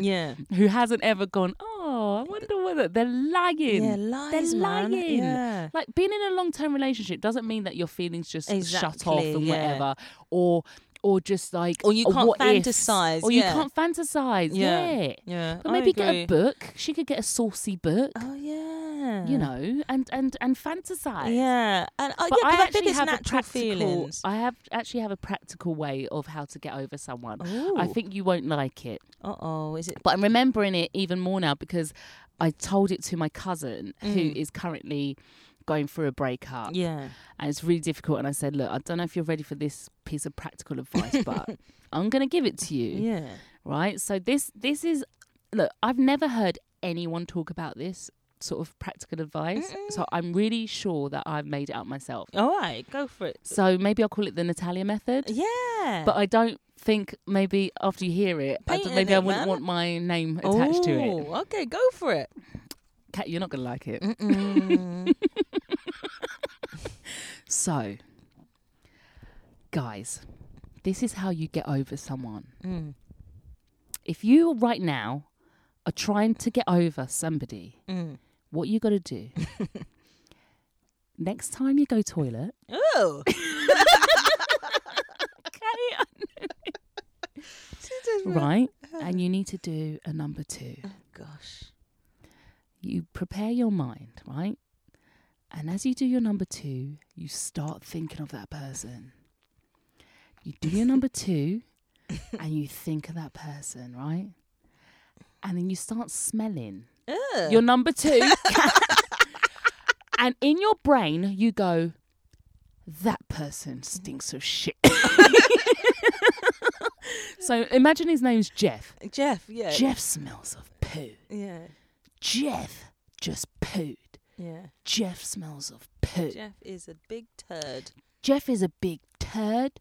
[LAUGHS] Yeah.
who hasn't ever gone, oh, I wonder whether they're lying.
Yeah, lies,
they're
man.
lying.
Yeah.
Like being in a long term relationship doesn't mean that your feelings just shut off
Exactly,
and
yeah.
whatever, or or just like
Or you
uh,
can't
what ifs,
fantasize,
or
yeah.
you can't fantasize. Yeah,
Yeah. Yeah.
but
I
maybe get a
agree.
book. She could get a saucy book,
Oh yeah.
you know, and and and fantasize.
Yeah. And uh,
But
yeah, 'cause
I
I think
actually
it's
have a
natural
practical.
feelings.
I have actually have a practical way of how to get over someone. I
Ooh.
think you won't like it.
Uh oh. Is it?
But I'm remembering it even more now because I told it to my cousin
Mm.
who is currently going through a breakup
Yeah.
and it's really difficult. And I said, Look, I don't know if you're ready for this piece of practical advice, but
[LAUGHS]
I'm going to give it to you.
Yeah.
Right. So, this, this is, look, I've never heard anyone talk about this sort of practical advice. So, I'm really sure that I've made it up myself.
All right. Go for it.
So, maybe I'll call it the Natalia method.
Yeah.
But I don't think maybe after you hear it, I don't,
Patent
maybe I
it,
wouldn't
man.
want my name attached to it.
Ooh, Okay. Go for it.
Kat, you're not going to like it. [LAUGHS]
Mm.
So, guys, this is how you get over someone.
Mm.
If you right now are trying to get over somebody,
Mm.
what you got to do next time you go toilet, [LAUGHS]
Oh.
right? And you need to do a number two.
Gosh.
You prepare your mind, right? And as you do your number two, you start thinking of that person. You do your number two and you think of that person, right? And then you start smelling
Ugh.
your number two. and in your brain, you go, that person stinks of shit. so imagine his name's Jeff.
Jeff. Yeah.
Jeff smells of poo.
Yeah.
Jeff just pooed.
Yeah.
Jeff smells of poo.
Jeff is a big turd.
Jeff is a big turd,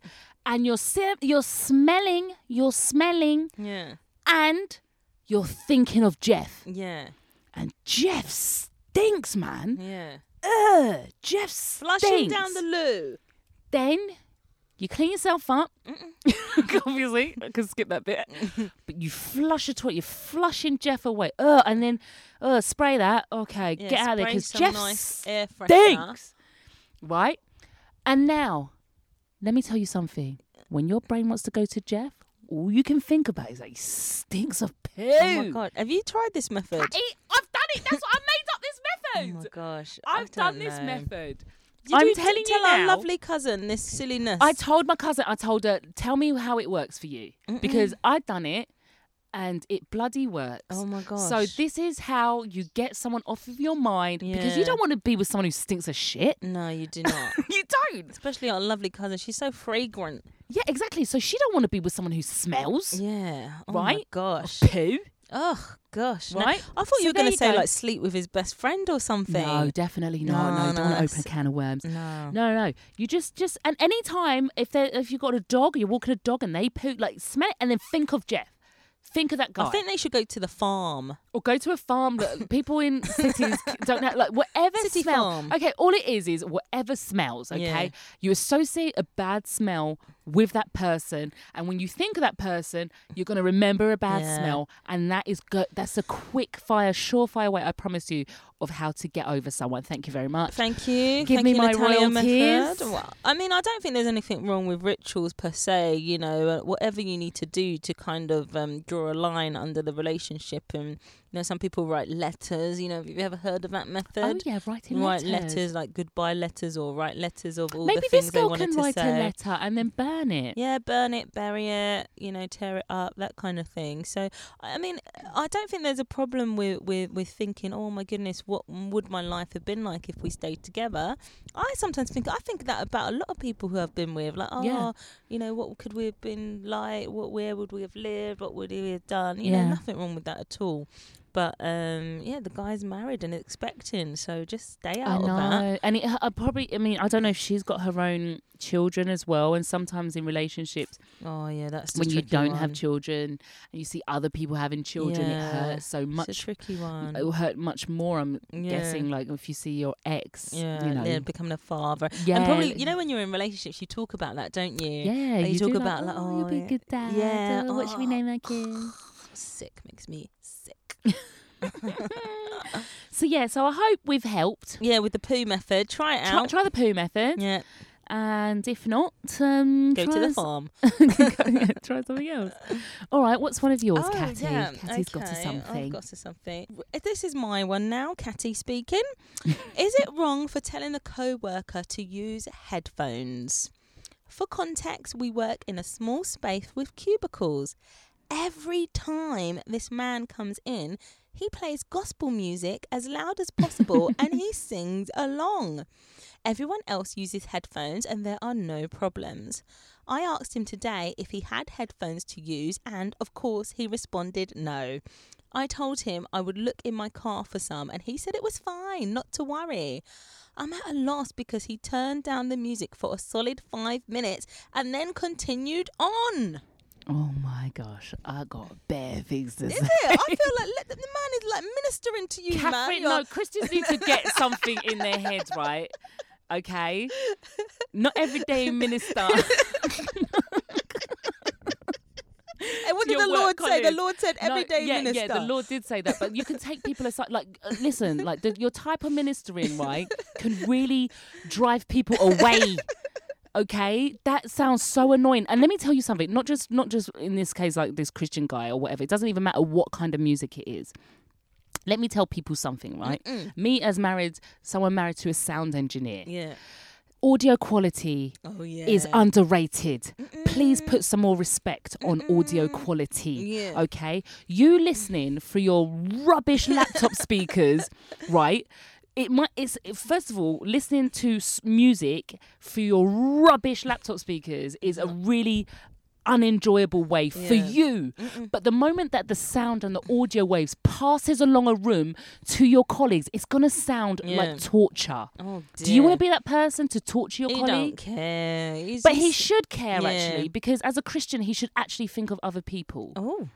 and you're se- you're smelling, you're smelling,
Yeah.
and you're thinking of Jeff,
Yeah.
and Jeff stinks, man.
Yeah.
Ugh, Jeff stinks.
Flush him down the loo.
Then you clean yourself up. [LAUGHS] Obviously, I can skip that
[LAUGHS]
bit. but you flush the toilet. You're flushing Jeff away. Ugh, and then ugh, spray that. Okay,
Yeah,
get out of there
spray
because
some
Jeff
nice air freshener.
stinks. Right? And now, let me tell you something. When your brain wants to go to Jeff, all you can think about is that he stinks of poo.
Oh my god. Have you tried this method?
That- he- I've done it. That's what I made
Oh
up this
my
method.
gosh. I
I've done
don't
this
know.
method.
Did
I'm
you t-
telling
tell
you
our
now-
lovely cousin this silliness.
I told my cousin, I told her, tell me how it works for you. Because I'd done it and it bloody works.
Oh my
So
gosh.
this is how you get someone off of your mind because you
Yeah.
don't want to be with someone who stinks of shit.
no, you do
[LAUGHS]
not.
you don't.
Especially our lovely cousin. She's so fragrant.
Yeah, exactly. So she don't want to be with someone who smells.
Yeah. Oh My
Right?
gosh.
Poo.
Oh gosh. No,
Right?
I thought
So
you were
there
going to
you
say
go.
like sleep with his best friend or something.
No, definitely not. No,
No,
don't
no,
want to open a
s-
can of worms.
No.
No, no, you just, just, and any time if they, if you've got a dog, you're walking a dog and they poo, like smell it, and then think of Jeff, think of that guy,
I think they should go to the farm.
or go to a
[LAUGHS]
farm. That people in cities don't know, like whatever
City
smell.
farm.
Okay, all it is is whatever smells. Okay,
Yeah.
you associate a bad smell with that person, and when you think of that person, you're gonna remember a bad
Yeah.
smell, and that is good. That's a quick fire, surefire way, I promise you, of how to get over someone. Thank you very much.
Thank you.
Give
Thank
me
you,
my
Natalia
royalties.
Method. Well, I mean, I don't think there's anything wrong with rituals per se. You know, uh, whatever you need to do to kind of um, draw a line under the relationship, and you know, some people write letters. You know, have you ever heard of that
Oh
method?
yeah, writing
write
letters.
letters like goodbye letters or write letters of all
Maybe
the
this
things they
girl
wanted
can
to
write
say.
a letter and then burn burn it.
Yeah, burn it, bury it, you know, tear it up, that kind of thing. So, I I mean, I don't think there's a problem with, with, with thinking, oh my goodness, what would my life have been like if we stayed together? I sometimes think, I think that about a lot of people who I've been with, like, oh,
Yeah.
you know, what could we have been like? What, where would we have lived? What would we have done? You know,
Yeah.
nothing wrong with that at all. But um, yeah, the guy's married and expecting, so just stay out of
I
that.
know, and it I probably. I mean, I don't know if she's got her own children as well. And sometimes in relationships,
Oh yeah, that's the
when you
tricky
don't
one.
have children and you see other people having children,
Yeah.
it hurts so much.
it's a tricky one.
it will hurt much more. I'm
yeah.
guessing, like if you see your ex,
Yeah,
you know,
they're becoming a father.
yeah,
And probably, you know, when you're in relationships, you talk about that, don't you?
yeah,
you talk
do
about, like, oh,
you'll be
yeah,
a good dad.
yeah,
oh, what should we
oh."
name our
[SIGHS]
kid?
[GASPS] Sick makes me
[LAUGHS]
sick. [LAUGHS]
so yeah, so I hope we've helped.
yeah, with the poo method, try it
Try,
out.
try the poo method,
yeah,
and if not, um,
go
try
to the
us-
farm.
[LAUGHS] yeah, try something else. All right, what's one of yours, Catty? Catty's got to
Oh, okay,
something.
I've got to something. W- eh, This is my one now, Catty
[LAUGHS]
speaking. is it wrong for telling a co-worker to use headphones? For context, we work in a small space with cubicles. Every time this man comes in, he plays gospel music as loud as possible and
[LAUGHS]
he sings along. Everyone else uses headphones and there are no problems. I asked him today if he had headphones to use, and of course, he responded no. I told him I would look in my car for some, and he said it was fine, not to worry. I'm at a loss because he turned down the music for a solid five minutes and then continued on.
Oh my gosh, I got bare things to
Is
say.
it?
[LAUGHS]
I feel like let the, the man is like ministering to you, man.
Catherine,
You're-
no, Christians need to get something in their heads, right? Okay, not everyday minister.
and what
to
did the
your
Lord
work
say? The
colleague.
Lord said,
No,
"Everyday
yeah,
minister."
Yeah, the Lord did say that, but you can take people aside. Like, uh, listen, like the, your type of ministering, right, can really drive people away. Okay, that sounds so annoying. And let me tell you something. Not just not just in this case, like this Christian guy or whatever. It doesn't even matter what kind of music it is. Let me tell people something, right? Me as married, someone married to a sound engineer.
Yeah.
Audio quality
Oh yeah.
is underrated. Please put some more respect on audio quality.
Yeah.
Okay. You listening through your
[LAUGHS]
rubbish laptop speakers, right? It might. It's first of all, listening to s- music through your rubbish laptop speakers is a really unenjoyable way for
Yeah.
you but the moment that the sound and the audio waves passes along a room to your colleagues it's going to sound
Yeah.
like torture
Oh, dear.
do you want to be that person to torture your
He
colleague
don't care. He's
but he
just-
should care
Yeah.
actually, because as a Christian, he should actually think of other people.
Oh,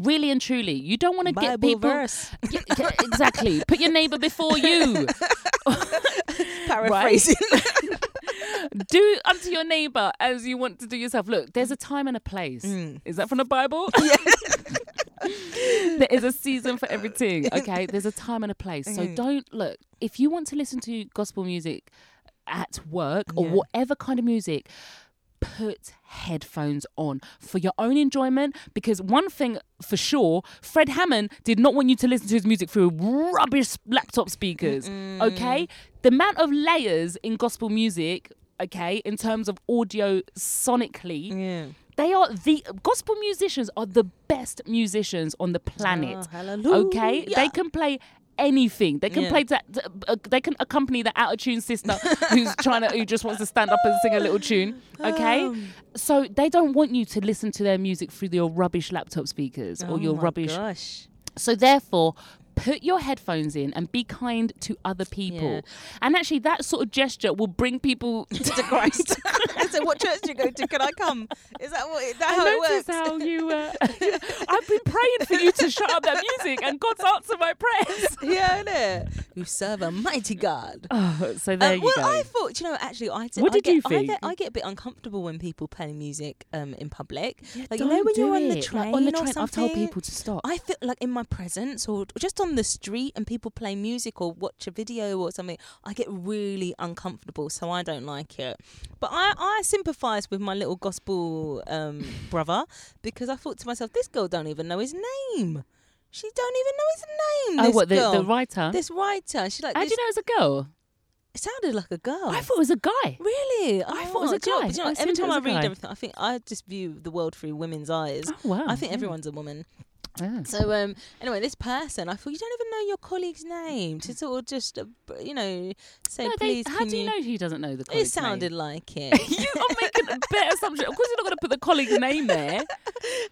Really and truly, you don't want to get
Bible [LAUGHS]
people [LAUGHS]
verse.
Yeah, yeah,
[LAUGHS]
exactly. Put your neighbor before you.
Paraphrasing.
Do unto your neighbor as you want to do yourself. Look, there's a time and a place. Is that from the Bible? [LAUGHS] there is a season for everything. Okay, there's a time and a place. So don't look. If you want to listen to gospel music at work or
Yeah.
whatever kind of music, put headphones on for your own enjoyment. Because one thing for sure, Fred Hammond did not want you to listen to his music through rubbish laptop speakers.
Mm.
Okay, the amount of layers in gospel music. Okay, in terms of audio sonically,
yeah.
they are the gospel musicians are the best musicians on the planet.
Oh,
Okay, they can play anything. They can
Uh, Yeah.
play that. Uh, they can accompany the out of tune sister who's trying to who just wants to stand up and sing a little tune. Okay, so they don't want you to listen to their music through your rubbish laptop speakers
Oh
or your rubbish.
Gosh.
So therefore. Put your headphones in and be kind to other people. And actually, that sort of gesture will bring people [LAUGHS] [LAUGHS]
[LAUGHS]
to Christ.
so, what church do you go to? Can I come? Is that what? Is that how
I
it
noticed
works?
how you. [LAUGHS] Uh, I've been praying for you to shut up that music, and God's answered my prayers.
yeah, innit? You serve a mighty God.
[LAUGHS] Oh, so there
Um,
you
well,
go.
I thought, you know, actually, I did.
What
I
did you
get, I
think?
get, I get a bit uncomfortable when people play music um, in public. like, you
Don't
know, when
do
you're on the
it.
train,
like, on the
or
train, I've
something,
told people to stop.
I feel like in my presence or just on the street and people play music or watch a video or something, I get really uncomfortable. So I don't like it. But I, I sympathise with my little gospel
[LAUGHS]
um, brother because I thought to myself, this girl don't even know his name. She don't even know his name.
oh,
this
what the,
girl.
the writer?
This writer. She like
How do
this,
you know it's a girl?
It sounded like a girl.
I thought it was a guy.
really?
I thought it was a
do you know
guy.
what- do you know
I
what? every
assumed it
time
was
I
a
read
guy.
everything, I think I just view the world through women's eyes.
Oh wow!
I think
yeah.
everyone's a woman.
Yeah.
So um, anyway, this person, I thought you don't even know your colleague's name to sort of just, uh, b- you know, say
No, they-
please.
how
can
do you know he doesn't know the
It
colleague's
sounded
name?
like it.
[LAUGHS] you are making a better assumption. Of course, you're not going to put the colleague's
[LAUGHS]
name there.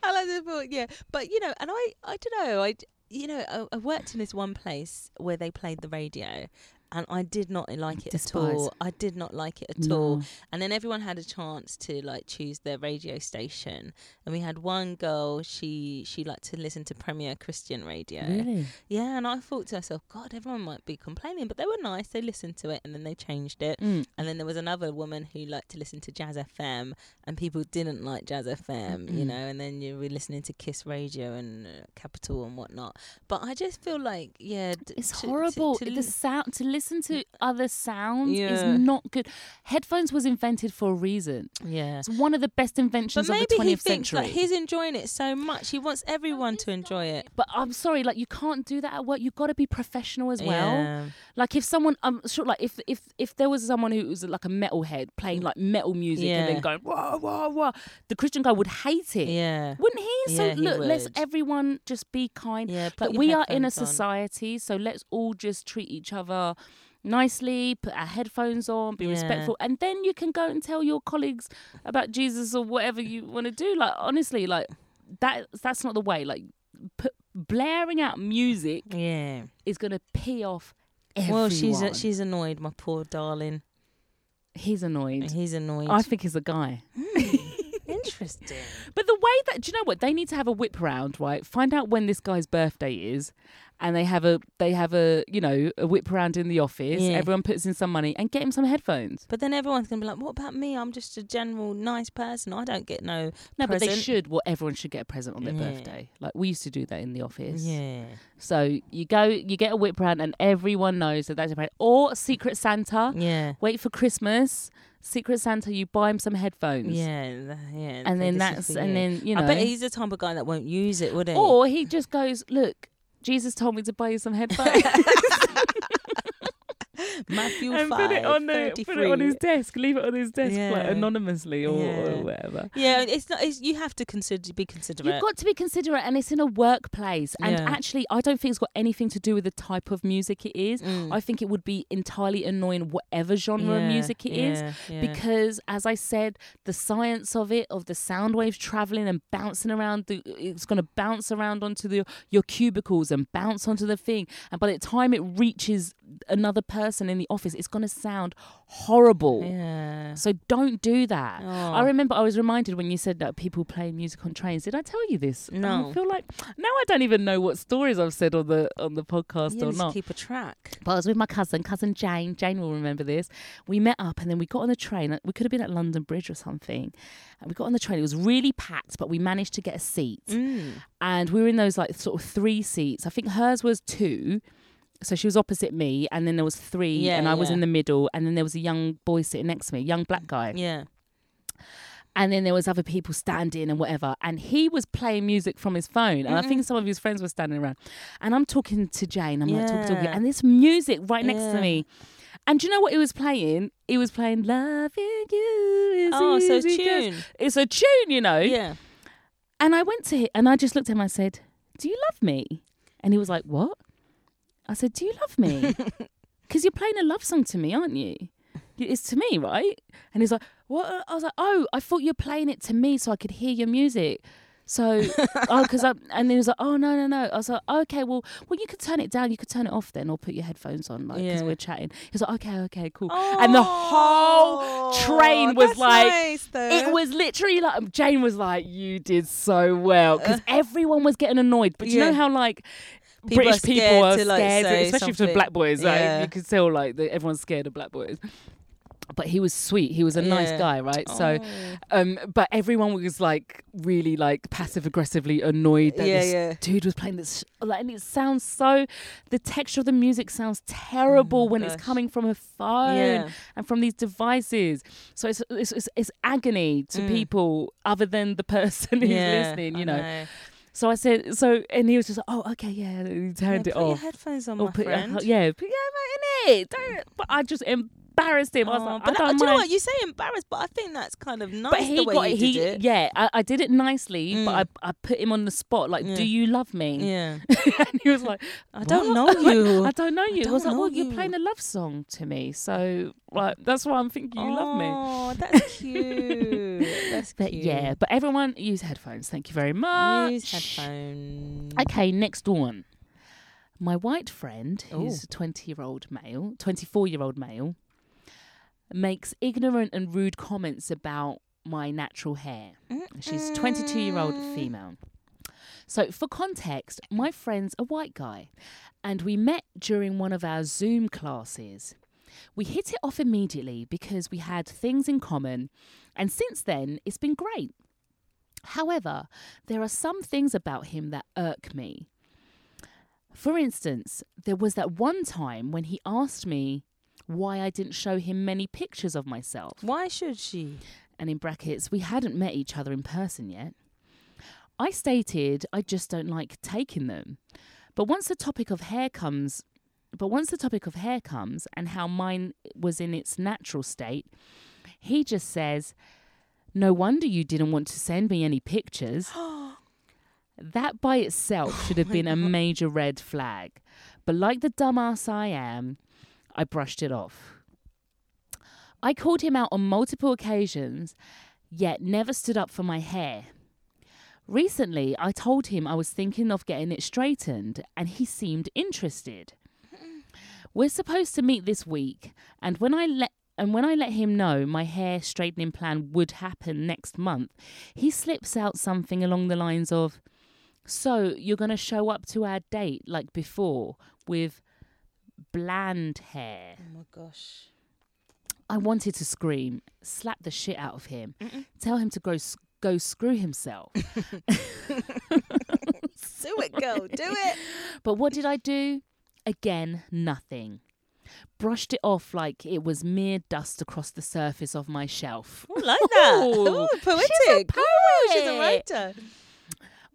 I like the thought, yeah. But you know, and I, I don't know, I, d- you know, I, I worked in this one place where they played the radio, and I did not like it at
Despise.
all. I did not like it at all. And then everyone had a chance to like choose their radio station, and we had one girl. She she liked to listen to Premier Christian radio.
Really?
Yeah, and I thought to myself, God, everyone might be complaining, but they were nice. They listened to it, and then they changed it.
Mm.
And then there was another woman who liked to listen to Jazz FM, and people didn't like Jazz FM, you
Mm-mm.
know. And then you were listening to Kiss Radio and uh, Capital and whatnot. But I just feel like, yeah, d-
It's
to- to-
horrible.
to
the
l-
sound to listen to other sounds
Yeah.
is not good. Headphones was invented for a reason.
yeah.
It's one of the best
But
inventions of
maybe
the 20th
he thinks
century.
like he's enjoying it so much, he wants everyone to enjoy it.
but I'm sorry, like you can't do that at work. You've got to be professional as well.
Yeah.
Like if someone, I'm sure, like if if if there was someone who was like a metalhead playing like metal music and
Mm. Yeah.
then going wah wah wah, the Christian guy would hate it,
yeah.
wouldn't he? So
Yeah, he
look, let's
would.
everyone just be kind.
Yeah, put
But
your
we are in a
headphones on.
society, so let's all just treat each other nicely, put our headphones on, be
Yeah.
respectful, and then you can go and tell your colleagues about Jesus or whatever you want to do. Like honestly, like that that's not the way. Like put, blaring out music
Yeah.
is going to pee off everyone.
Well, she's uh, she's annoyed, my poor darling.
he's annoyed.
He's annoyed.
I think he's a guy.
Interesting.
But the way that do you know what they need to have a whip round, right? Find out when this guy's birthday is, and they have a they have a you know a whip round in the office.
Yeah.
Everyone puts in some money and get him some headphones.
But then everyone's gonna be like, "What about me? I'm just a general nice person. I don't get no."
No, but they
present."
should. Well, everyone should get a present on their
Yeah.
birthday. Like we used to do that in the office.
Yeah.
So you go, you get a whip round, and everyone knows that that's a present. Or Secret Santa.
Yeah.
Wait for Christmas. Secret Santa, you buy him some headphones.
Yeah. th- Yeah. th-
And then
this is
that's
for
and
you.
then you know.
I bet he's the type of guy that won't use it, would he?
Or he just goes, look, Jesus told me to buy
[LAUGHS]
you some headphones
Matthew
and
5,
put it on the, put it on
33.
his desk, leave it on his desk like,
Yeah.
anonymously or,
Yeah.
or whatever.
Yeah, it's not. It's, you have to consider be considerate.
You've got to be considerate, and it's in a workplace. And
Yeah.
actually, I don't think it's got anything to do with the type of music it is.
Mm.
I think it would be entirely annoying, whatever genre of
Yeah,
music it is.
yeah, yeah.
because as i said the science of it of the sound waves traveling and bouncing around the, it's going to bounce around onto the, your cubicles and bounce onto the thing and by the time it reaches another person in the office it's going to sound horrible
yeah.
so don't do that i
Oh.
remember i was reminded when you said that people play music on trains did i tell you this And
No.
i feel like now i don't even know what stories i've said on the on the podcast
You
or
just
not
keep a track.
but I was with my cousin, cousin Jane. Jane will remember this. We met up and then we got on the train. We could have been at London Bridge or something. And we got on the train. It was really packed, but we managed to get a seat.
Mm.
And we were in those like sort of three seats. I think hers was two. So she was opposite me, and then there was three,
Yeah,
and I was
yeah.
in the middle, and then there was a young boy sitting next to me, a young black guy,
Yeah.
and then there was other people standing and whatever, and he was playing music from his phone, and I
Mm-hmm.
think some of his friends were standing around, and I'm talking to Jane, I'm like talking, talking,
Yeah.
and this music right next
Yeah.
to me, and do you know what it was playing? It was playing "Loving You." Is
Oh, so
Easy Goes."
tune.
It's a tune, you know.
Yeah.
And I went to him and I just looked at him. I said, "Do you love me?" And he was like, "What?" I said, "Do you
[LAUGHS]
love me? Because you're playing a love song to me, aren't you? It's to me, right?" And he's like, "What?" I was like, "Oh, I thought you're playing it to me so I could hear your music."
[LAUGHS]
So, oh, because I and he was like, "Oh no, no, no." I was like, "Okay, well, well, you could turn it down. You could turn it off then, or put your headphones on, like, because
Yeah.
we're chatting." He's like, "Okay, okay, cool." and the whole train
Oh,
was
that's
like,
nice, though.
it was literally like um, Jane was like, "You did so well," because everyone was getting annoyed. But you
Uh. Yeah.
know how like
People are
British people
scared
are
to, like,
scared,
say
especially for
something.
black boys.
Yeah.
Like, you could tell like that everyone's scared of black boys. But he was sweet. He was a nice
Yeah.
guy, right? So,
Oh.
um, but everyone was like really like passive aggressively annoyed that
Yeah,
this
yeah.
dude was playing this. sh- Like, and it sounds so. The texture of the music sounds terrible when
Oh gosh.
it's coming from a phone [LAUGHS]
Yeah.
and from these devices. So it's it's, it's, it's agony to people other than the [LAUGHS] person who's
Mm. Yeah,
listening, you
I
know. So I said, so, and he was just like, oh, okay, yeah. And he
Yeah,
turned
put
it
your
off.
headphones on,
Or
my
put your
friend.
hel- yeah, put your in it. Don't, but I just embarrassed him. I was
Oh,
like, I
but
don't
do you know
mind.
what you say embarrassed, but I think that's kind of nice.
but
the
he
way
got
you
it. He,
did it. Mm.
yeah, I, I did it nicely, but I, I put him on the spot. Like,
Yeah.
do you love me?
Yeah.
[LAUGHS] and he was like,
I don't
[LAUGHS] "What?"
know you.
I don't know you. I,
don't
was like,
know
well, you're
you."
playing a love song to me, so like that's why I'm thinking you love me.
Oh, that's
[LAUGHS]
cute. that's
But
cute.
yeah, but everyone use headphones. Thank you very much.
Use headphones.
Okay, next one. My white friend,
Ooh.
who's a 20 year old male, 24 year old male, makes ignorant and rude comments about my natural hair. She's 22 year old female. So, for context, my friend's a white guy, and we met during one of our Zoom classes. We hit it off immediately because we had things in common, and since then, it's been great. However, there are some things about him that irk me. For instance, there was that one time when he asked me why I didn't show him many pictures of myself
Why should
[GASPS]
she?
and in brackets, we hadn't met each other in person yet. I stated I just don't like taking them. But once the topic of hair comes, but once the topic of hair comes and how mine was in its natural state, he just says, "No wonder you didn't want to send me any pictures."
Oh
that by itself should have been a major red flag. But like the dumbass I am, I brushed it off. I called him out on multiple occasions, yet never stood up for my hair. Recently, I told him I was thinking of getting it straightened, and he seemed interested. We're supposed to meet this week, and when I let and when I let him know my hair straightening plan would happen next month, he slips out something along the lines of, "So you're going to show up to our date like before with bland hair."
Oh my gosh.
I wanted to scream, slap the shit out of him, tell him to go s- go screw himself.
Do it, girl. Do it.
[LAUGHS] but what did I do? Again, nothing. Brushed it off like it was mere dust across the surface of my shelf.
I like that.
Ooh,
Ooh, poetic. Ooh, she's a
poet.
writer.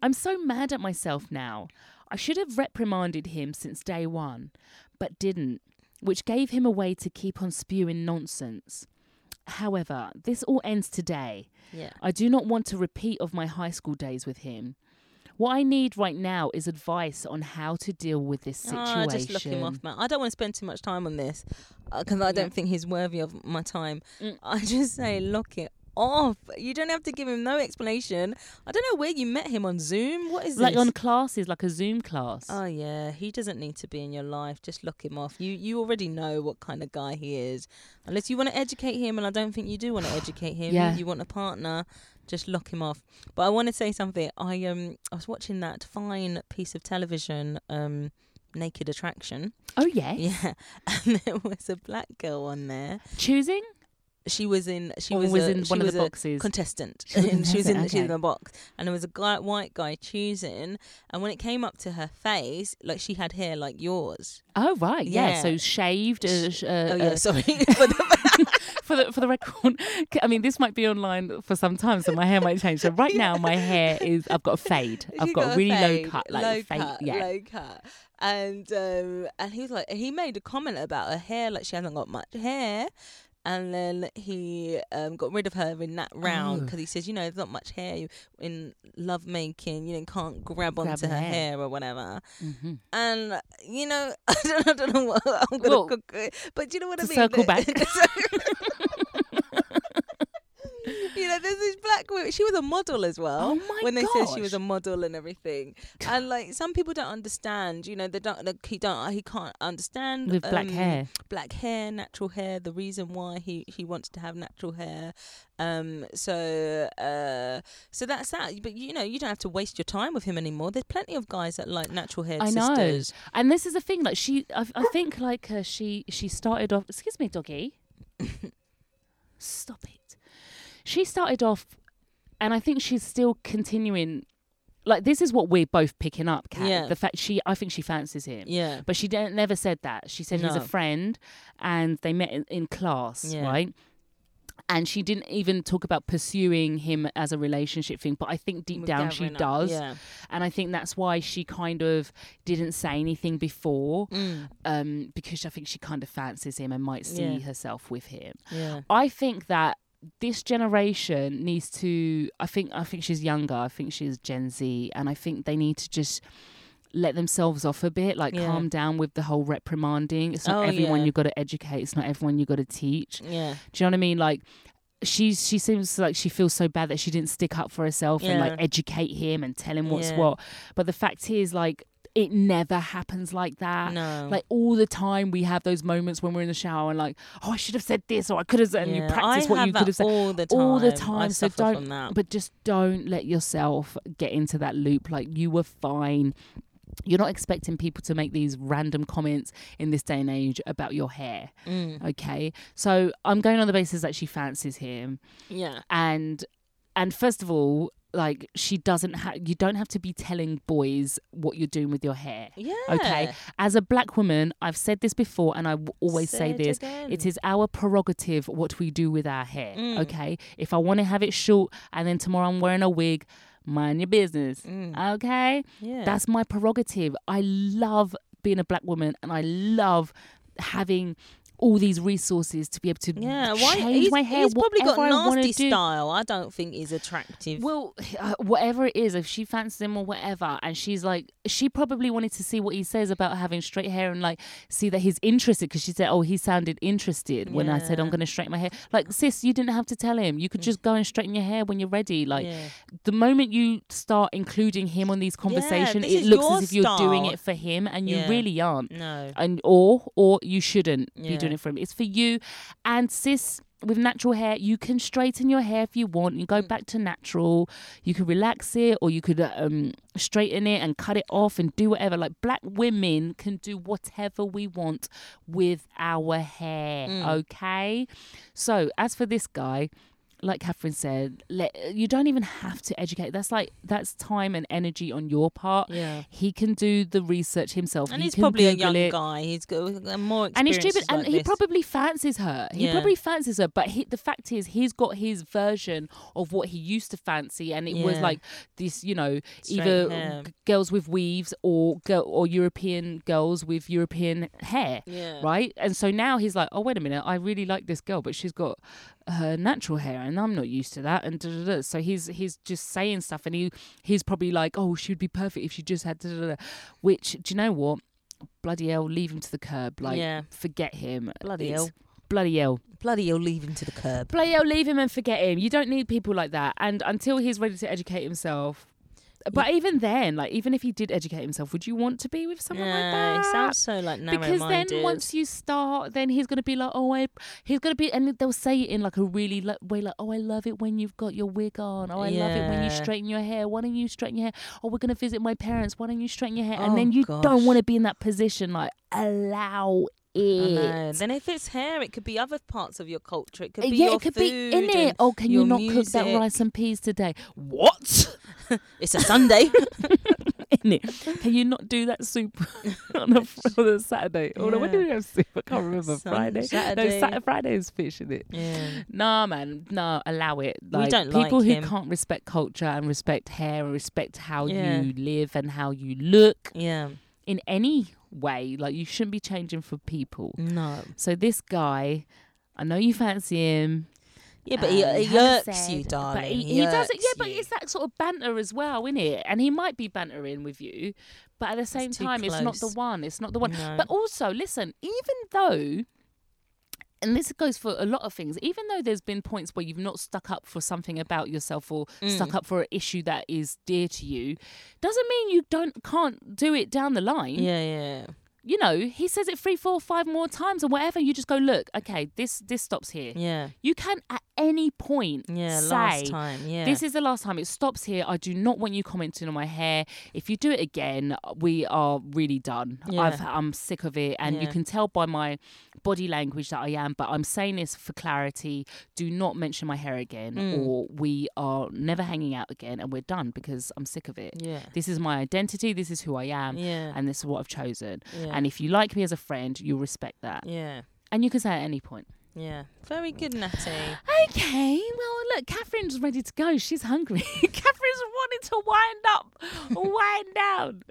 I'm so mad at myself now. I should have reprimanded him since day one, but didn't, which gave him a way to keep on spewing nonsense. However, this all ends today.
Yeah.
I do not want to repeat of my high school days with him. What I need right now is advice on how to deal with this situation.
Ah, just lock him off, man. I don't want to spend too much time on this because I don't think he's worthy of my time.
Mm.
I just say lock it off. You don't have to give him no explanation. I don't know where you met him on Zoom. What is
Like
this?
on classes, like a Zoom class.
Oh yeah, he doesn't need to be in your life. Just lock him off. You you already know what kind of guy he is. Unless you want to educate him, and I don't think you do want to educate him.
Yeah.
You want a partner, just lock him off. But I want to say something. I um I was watching that fine piece of television, um, Naked Attraction.
oh yes.
Yeah, [LAUGHS] and there was a black girl on there.
Choosing?
She was in. She
Or
was,
was
a-
in
she
one of
was
the
a-
boxes.
contestant. [LAUGHS]
She was a
and she was in.
contestant,
She was in
okay.
a box, and there was a guy, white guy choosing. And when it came up to her face, like she had hair like yours.
oh right, yeah.
Yeah.
So shaved. Uh, sh- uh,
oh yeah,
uh,
sorry.
[LAUGHS]
For the-
for the for the record, [LAUGHS] c- I mean this might be online for some time, so my hair might change.
[LAUGHS]
So right now my hair is I've got a fade. I've
She
got, a
a
really
fade,
low cut, like
low
fade.
cut,
yeah.
low cut. And um, and he was like, he made a comment about her hair, like she hasn't got much hair. And then he um, got rid of her in that round
Oh.
because he says, you know, there's not much hair you- in love making. You know, you can't grab
Grab
onto
the
her
hair.
hair or whatever.
Mhm.
and you know, [LAUGHS] I don't, I don't know what I'm gonna
Well,
cook, uh, but do you know what
to
I mean.
circle
The-
back.
[LAUGHS] you know, there's this black woman. She was a model as well.
Oh my
when they said she was
gosh.
a model and everything, and like some people don't understand. You know, they don't. Like, he don't. He can't understand
With black
um,
hair.
black hair, natural hair, the reason why he he wants to have natural hair. Um, so uh, so that's that. But you know, you don't have to waste your time with him anymore. There's plenty of guys that like natural hair.
I know.
sisters.
And this is the thing, like she, I, I think, like uh, she, she started off. Excuse me, doggy. Stop it. She started off, and I think she's still continuing. Like this is what we're both picking up, Kat.
Yeah.
The fact she, I think she fancies him.
Yeah.
But she didn't, never said that. She said he's a
No.
friend, and they met in, in class,
Yeah.
right? and she didn't even talk about pursuing him as a relationship thing. But I think deep
With
down she
Gavin, uh,
does,
Yeah.
and I think that's why she kind of didn't say anything before,
Mm.
um, because I think she kind of fancies him and might see
Yeah.
herself with him.
Yeah.
I think that this generation needs to I think I think she's younger, I think she's Gen Z and I think they need to just let themselves off a bit, like
Yeah.
calm down with the whole reprimanding. It's not
Oh,
everyone
yeah.
you gotta educate, it's not everyone you gotta teach.
Yeah.
Do you know what I mean? Like she's she seems like she feels so bad that she didn't stick up for herself and like
Yeah.
educate him and tell him what's
Yeah.
what. But the fact is like it never happens like that.
No.
Uh, Like all the time, we have those moments when we're in the shower and like, oh, I should have said this, or I could have said, and you
Yeah.
practice
I
what
have
you
that
could have said
all the time.
all the
I
time. So
suffer
don't,
from that.
but just don't let yourself get into that loop. Like you were fine. You're not expecting people to make these random comments in this day and age about your hair.
Mm,
Okay, so I'm going on the basis that she fancies him,
yeah.
and and first of all, like she doesn't have. You don't have to be telling boys what you're doing with your hair.
Yeah.
Okay. As a black woman, I've said this before and I w- always
Say
say,
it
this.
again.
It is our prerogative what we do with our hair.
Mm.
Okay. If I want to have it short and then tomorrow I'm wearing a wig, mind your business. Okay.
Mm. Yeah.
That's my prerogative. I love being a black woman and I love having all these resources to be able to
yeah. Why?
change
he's,
my hair.
He's probably got
whatever I wanna
nasty
do.
style. I don't think he's attractive.
Well, uh, whatever it is, if she fancies him or whatever, and she's like, she probably wanted to see what he says about having straight hair and like see that he's interested because she said, oh, he sounded interested when I said I'm
Yeah. Mm.
going to straighten my hair. Like, sis, you didn't have to tell him. You could just go and straighten your hair when you're ready. Like,
Yeah.
the moment you start including him on these conversations,
this
it
is
looks
your
as if you're doing
style.
it for him, and you
Yeah.
really aren't
no.
and or or you shouldn't be
Yeah.
doing it for him. It's for you. And sis with natural hair, you can straighten your hair if you want and go
Mm.
back to natural. You could relax it or you could uh, um, straighten it and cut it off and do whatever. Like black women can do whatever we want with our hair.
Mm.
Okay. So as for this guy. Like Catherine said, let, you don't even have to educate. That's like that's time and energy on your part.
Yeah.
he can do the research himself.
And
He
he's
can
probably a
Google
young
it
guy. He's got uh, more experience.
and he's stupid and
like
he
this.
probably fancies her he
Yeah.
probably fancies her but he, the fact is he's got his version of what he used to fancy and it was
Yeah.
like this you know
Straight
either
hair.
g- girls with weaves or girl or european girls with european hair
Yeah.
right and so now he's like oh wait a minute i really like this girl but she's got her natural hair and i'm not used to that and da, da, da. so he's he's just saying stuff and he he's probably like oh she would be perfect if she just had da, da, da. which do you know what bloody hell leave him to the curb like
Yeah.
forget him
Bloody
It's-
hell.
bloody hell
Bloody, you'll leave him to the curb.
bloody hell leave him and forget him you don't need people like that and until he's ready to educate himself but even then like even if he did educate himself would you want to be with someone like
Yeah,
that
it sounds so like narrow-minded.
because then once you start then he's going to be like oh I he's going to be and they'll say it in like a really lo- way like oh I love it when you've got your wig on oh I love it when you
Yeah.
straighten your hair why don't you straighten your hair oh we're going to visit my parents why don't you straighten your hair
Oh,
and then you
gosh.
don't want to be in that position like allow
I
it
know. Then if it's hair, it could be other parts of your culture. It could
Uh,
be
yeah,
your
it could
food
be in it.
and
Oh, can you
your
not cook that
music.
rice and peas today? What? [LAUGHS]
It's a Sunday.
in it? Can you not do that soup [LAUGHS]
[LAUGHS]
on a, fr- on a Saturday? Oh no, when do
Yeah.
we have soup? I can't remember.
Sun-
Friday. No,
Saturday.
Saturday. Friday is fish in it.
yeah.
Nah, man. Nah, allow it. Like,
don't like
people who
him.
can't respect culture and respect hair and respect how
Yeah.
you live and how you look
Yeah.
in any way. Like you shouldn't be changing for people.
No.
So this guy, I know you fancy him.
Yeah, but he,
Um,
he
haven't
irks
said,
you, darling.
But he, he does it.
irks
Yeah, but
you.
it's that sort of banter as well, isn't it? And he might be bantering with you, but at the same
too
time, it's not the
close.
one. It's not the one.
No.
But also, listen, even though. And this goes for a lot of things. Even though there's been points where you've not stuck up for something about yourself or
Mm.
stuck up for an issue that is dear to you, doesn't mean you don't can't do it down the line
Yeah, yeah.
you know, he says it three, four, five more times or whatever. You just go, look, okay, this this stops here.
Yeah.
You can at any point
Yeah,
say,
last time. Yeah.
this is the last time. It stops here. I do not want you commenting on my hair. If you do it again, we are really done.
Yeah.
I've, I'm sick of it. And you
Yeah.
can tell by my body language that I am, but I'm saying this for clarity. Do not mention my hair again,
Mm.
or we are never hanging out again and we're done because I'm sick of it.
Yeah.
This is my identity. This is who I am.
Yeah.
um, And this is what I've chosen.
Yeah.
And if you like me as a friend, you'll respect that.
yeah.
And you can say at any point.
Yeah. Very good,
[LAUGHS]
Natty.
Okay, well, look, Catherine's ready to go. She's hungry. [LAUGHS] Catherine's wanting to wind up, wind [LAUGHS] down.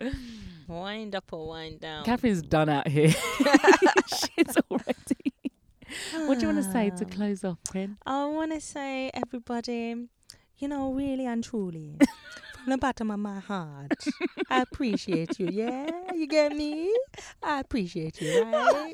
Wind up or wind down.
Catherine's done out here. [LAUGHS] She's already. What do you want to say to close off, Prin?
I want to say, everybody, you know, really and
[LAUGHS]
truly, from the bottom of my heart, I appreciate you. Yeah, you get me? I appreciate you,
[LAUGHS]
right?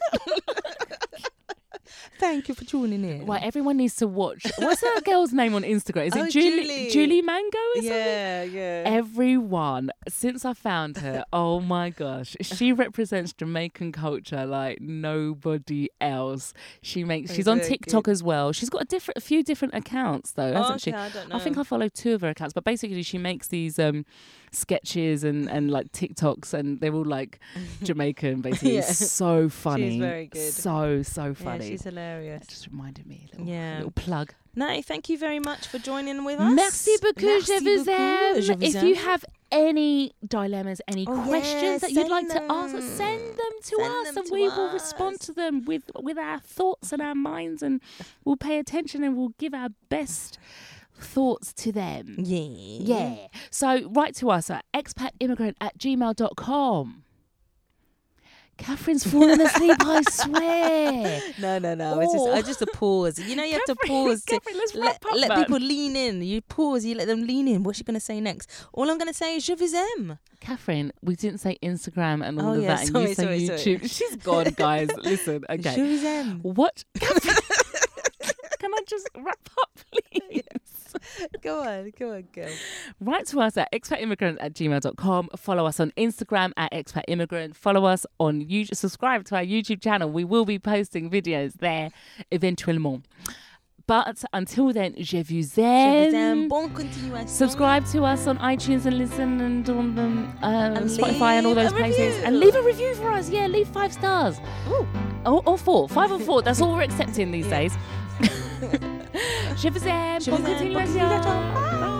Thank you for tuning in.
Well, everyone needs to watch. What's [LAUGHS] that girl's name on Instagram? Is
Oh,
it Julie,
Julie.
Julie Mango? Or something?
yeah, yeah.
Everyone, since I
[LAUGHS]
found her, oh my gosh, she represents Jamaican culture like nobody else. She makes. She's on
Exactly.
TikTok as well. She's got a different, a few different accounts though, hasn't she?
okay, I don't know.
I think I follow two of her accounts, but basically she makes these um, sketches and, and like TikToks, and they're
[LAUGHS]
all like Jamaican, basically.
Yeah.
So funny.
very good.
So so
yeah,
funny.
she's hilarious.
That just reminded me. A little,
Yeah.
little plug.
Natty, thank you very much for joining with us.
Merci beaucoup,
Merci
je vous
beaucoup,
aime.
je vous
If
aime.
you have any dilemmas, any
Oh, yeah,
questions that you'd like
send
to ask,
them.
send them to
Send
us,
them
and
to
we will respond
us.
to them with with our thoughts and our minds, and we'll pay attention and we'll give our best thoughts to them.
Mm-hmm. Yeah.
Yeah. So write to us at expatimmigrant at gmail.com. Catherine's falling asleep,
[LAUGHS]
I swear.
No, no, no. It's just,
Oh.
I just a pause. You know, you have to
Catherine-
pause to
Catherine, let's
let,
wrap up,
let
man.
people lean in. You pause. You let them lean in. What's she going to say next? All I'm going to say is je vous aime.
Catherine, we didn't say Instagram and all
Oh,
of
yeah,
that, and
sorry,
you say
sorry, sorry.
YouTube. [LAUGHS] She's gone,
[LAUGHS]
guys. Listen, okay.
Je vous aime. [LAUGHS]
What? Can I just wrap up, please?
Go on, go on, go.
Write to us at expatimmigrant at gmail.com. Follow us on Instagram at expatimmigrant. Follow us on YouTube. Subscribe to our YouTube channel. We will be posting videos there eventuellement. But until then, je vous
Je
aime.
vous aime. Bon continuation.
Um, Subscribe to us on iTunes and listen and on them, uh,
And
Spotify and all
leave
those
a
places.
review.
And leave a review for us. Yeah, leave five stars.
Ooh.
Or, or four. Five or four. That's all [LAUGHS] we're accepting these days. je vous aime.
Je
Bonne
vous aime. Bonne
continuation.
continuation. Bye.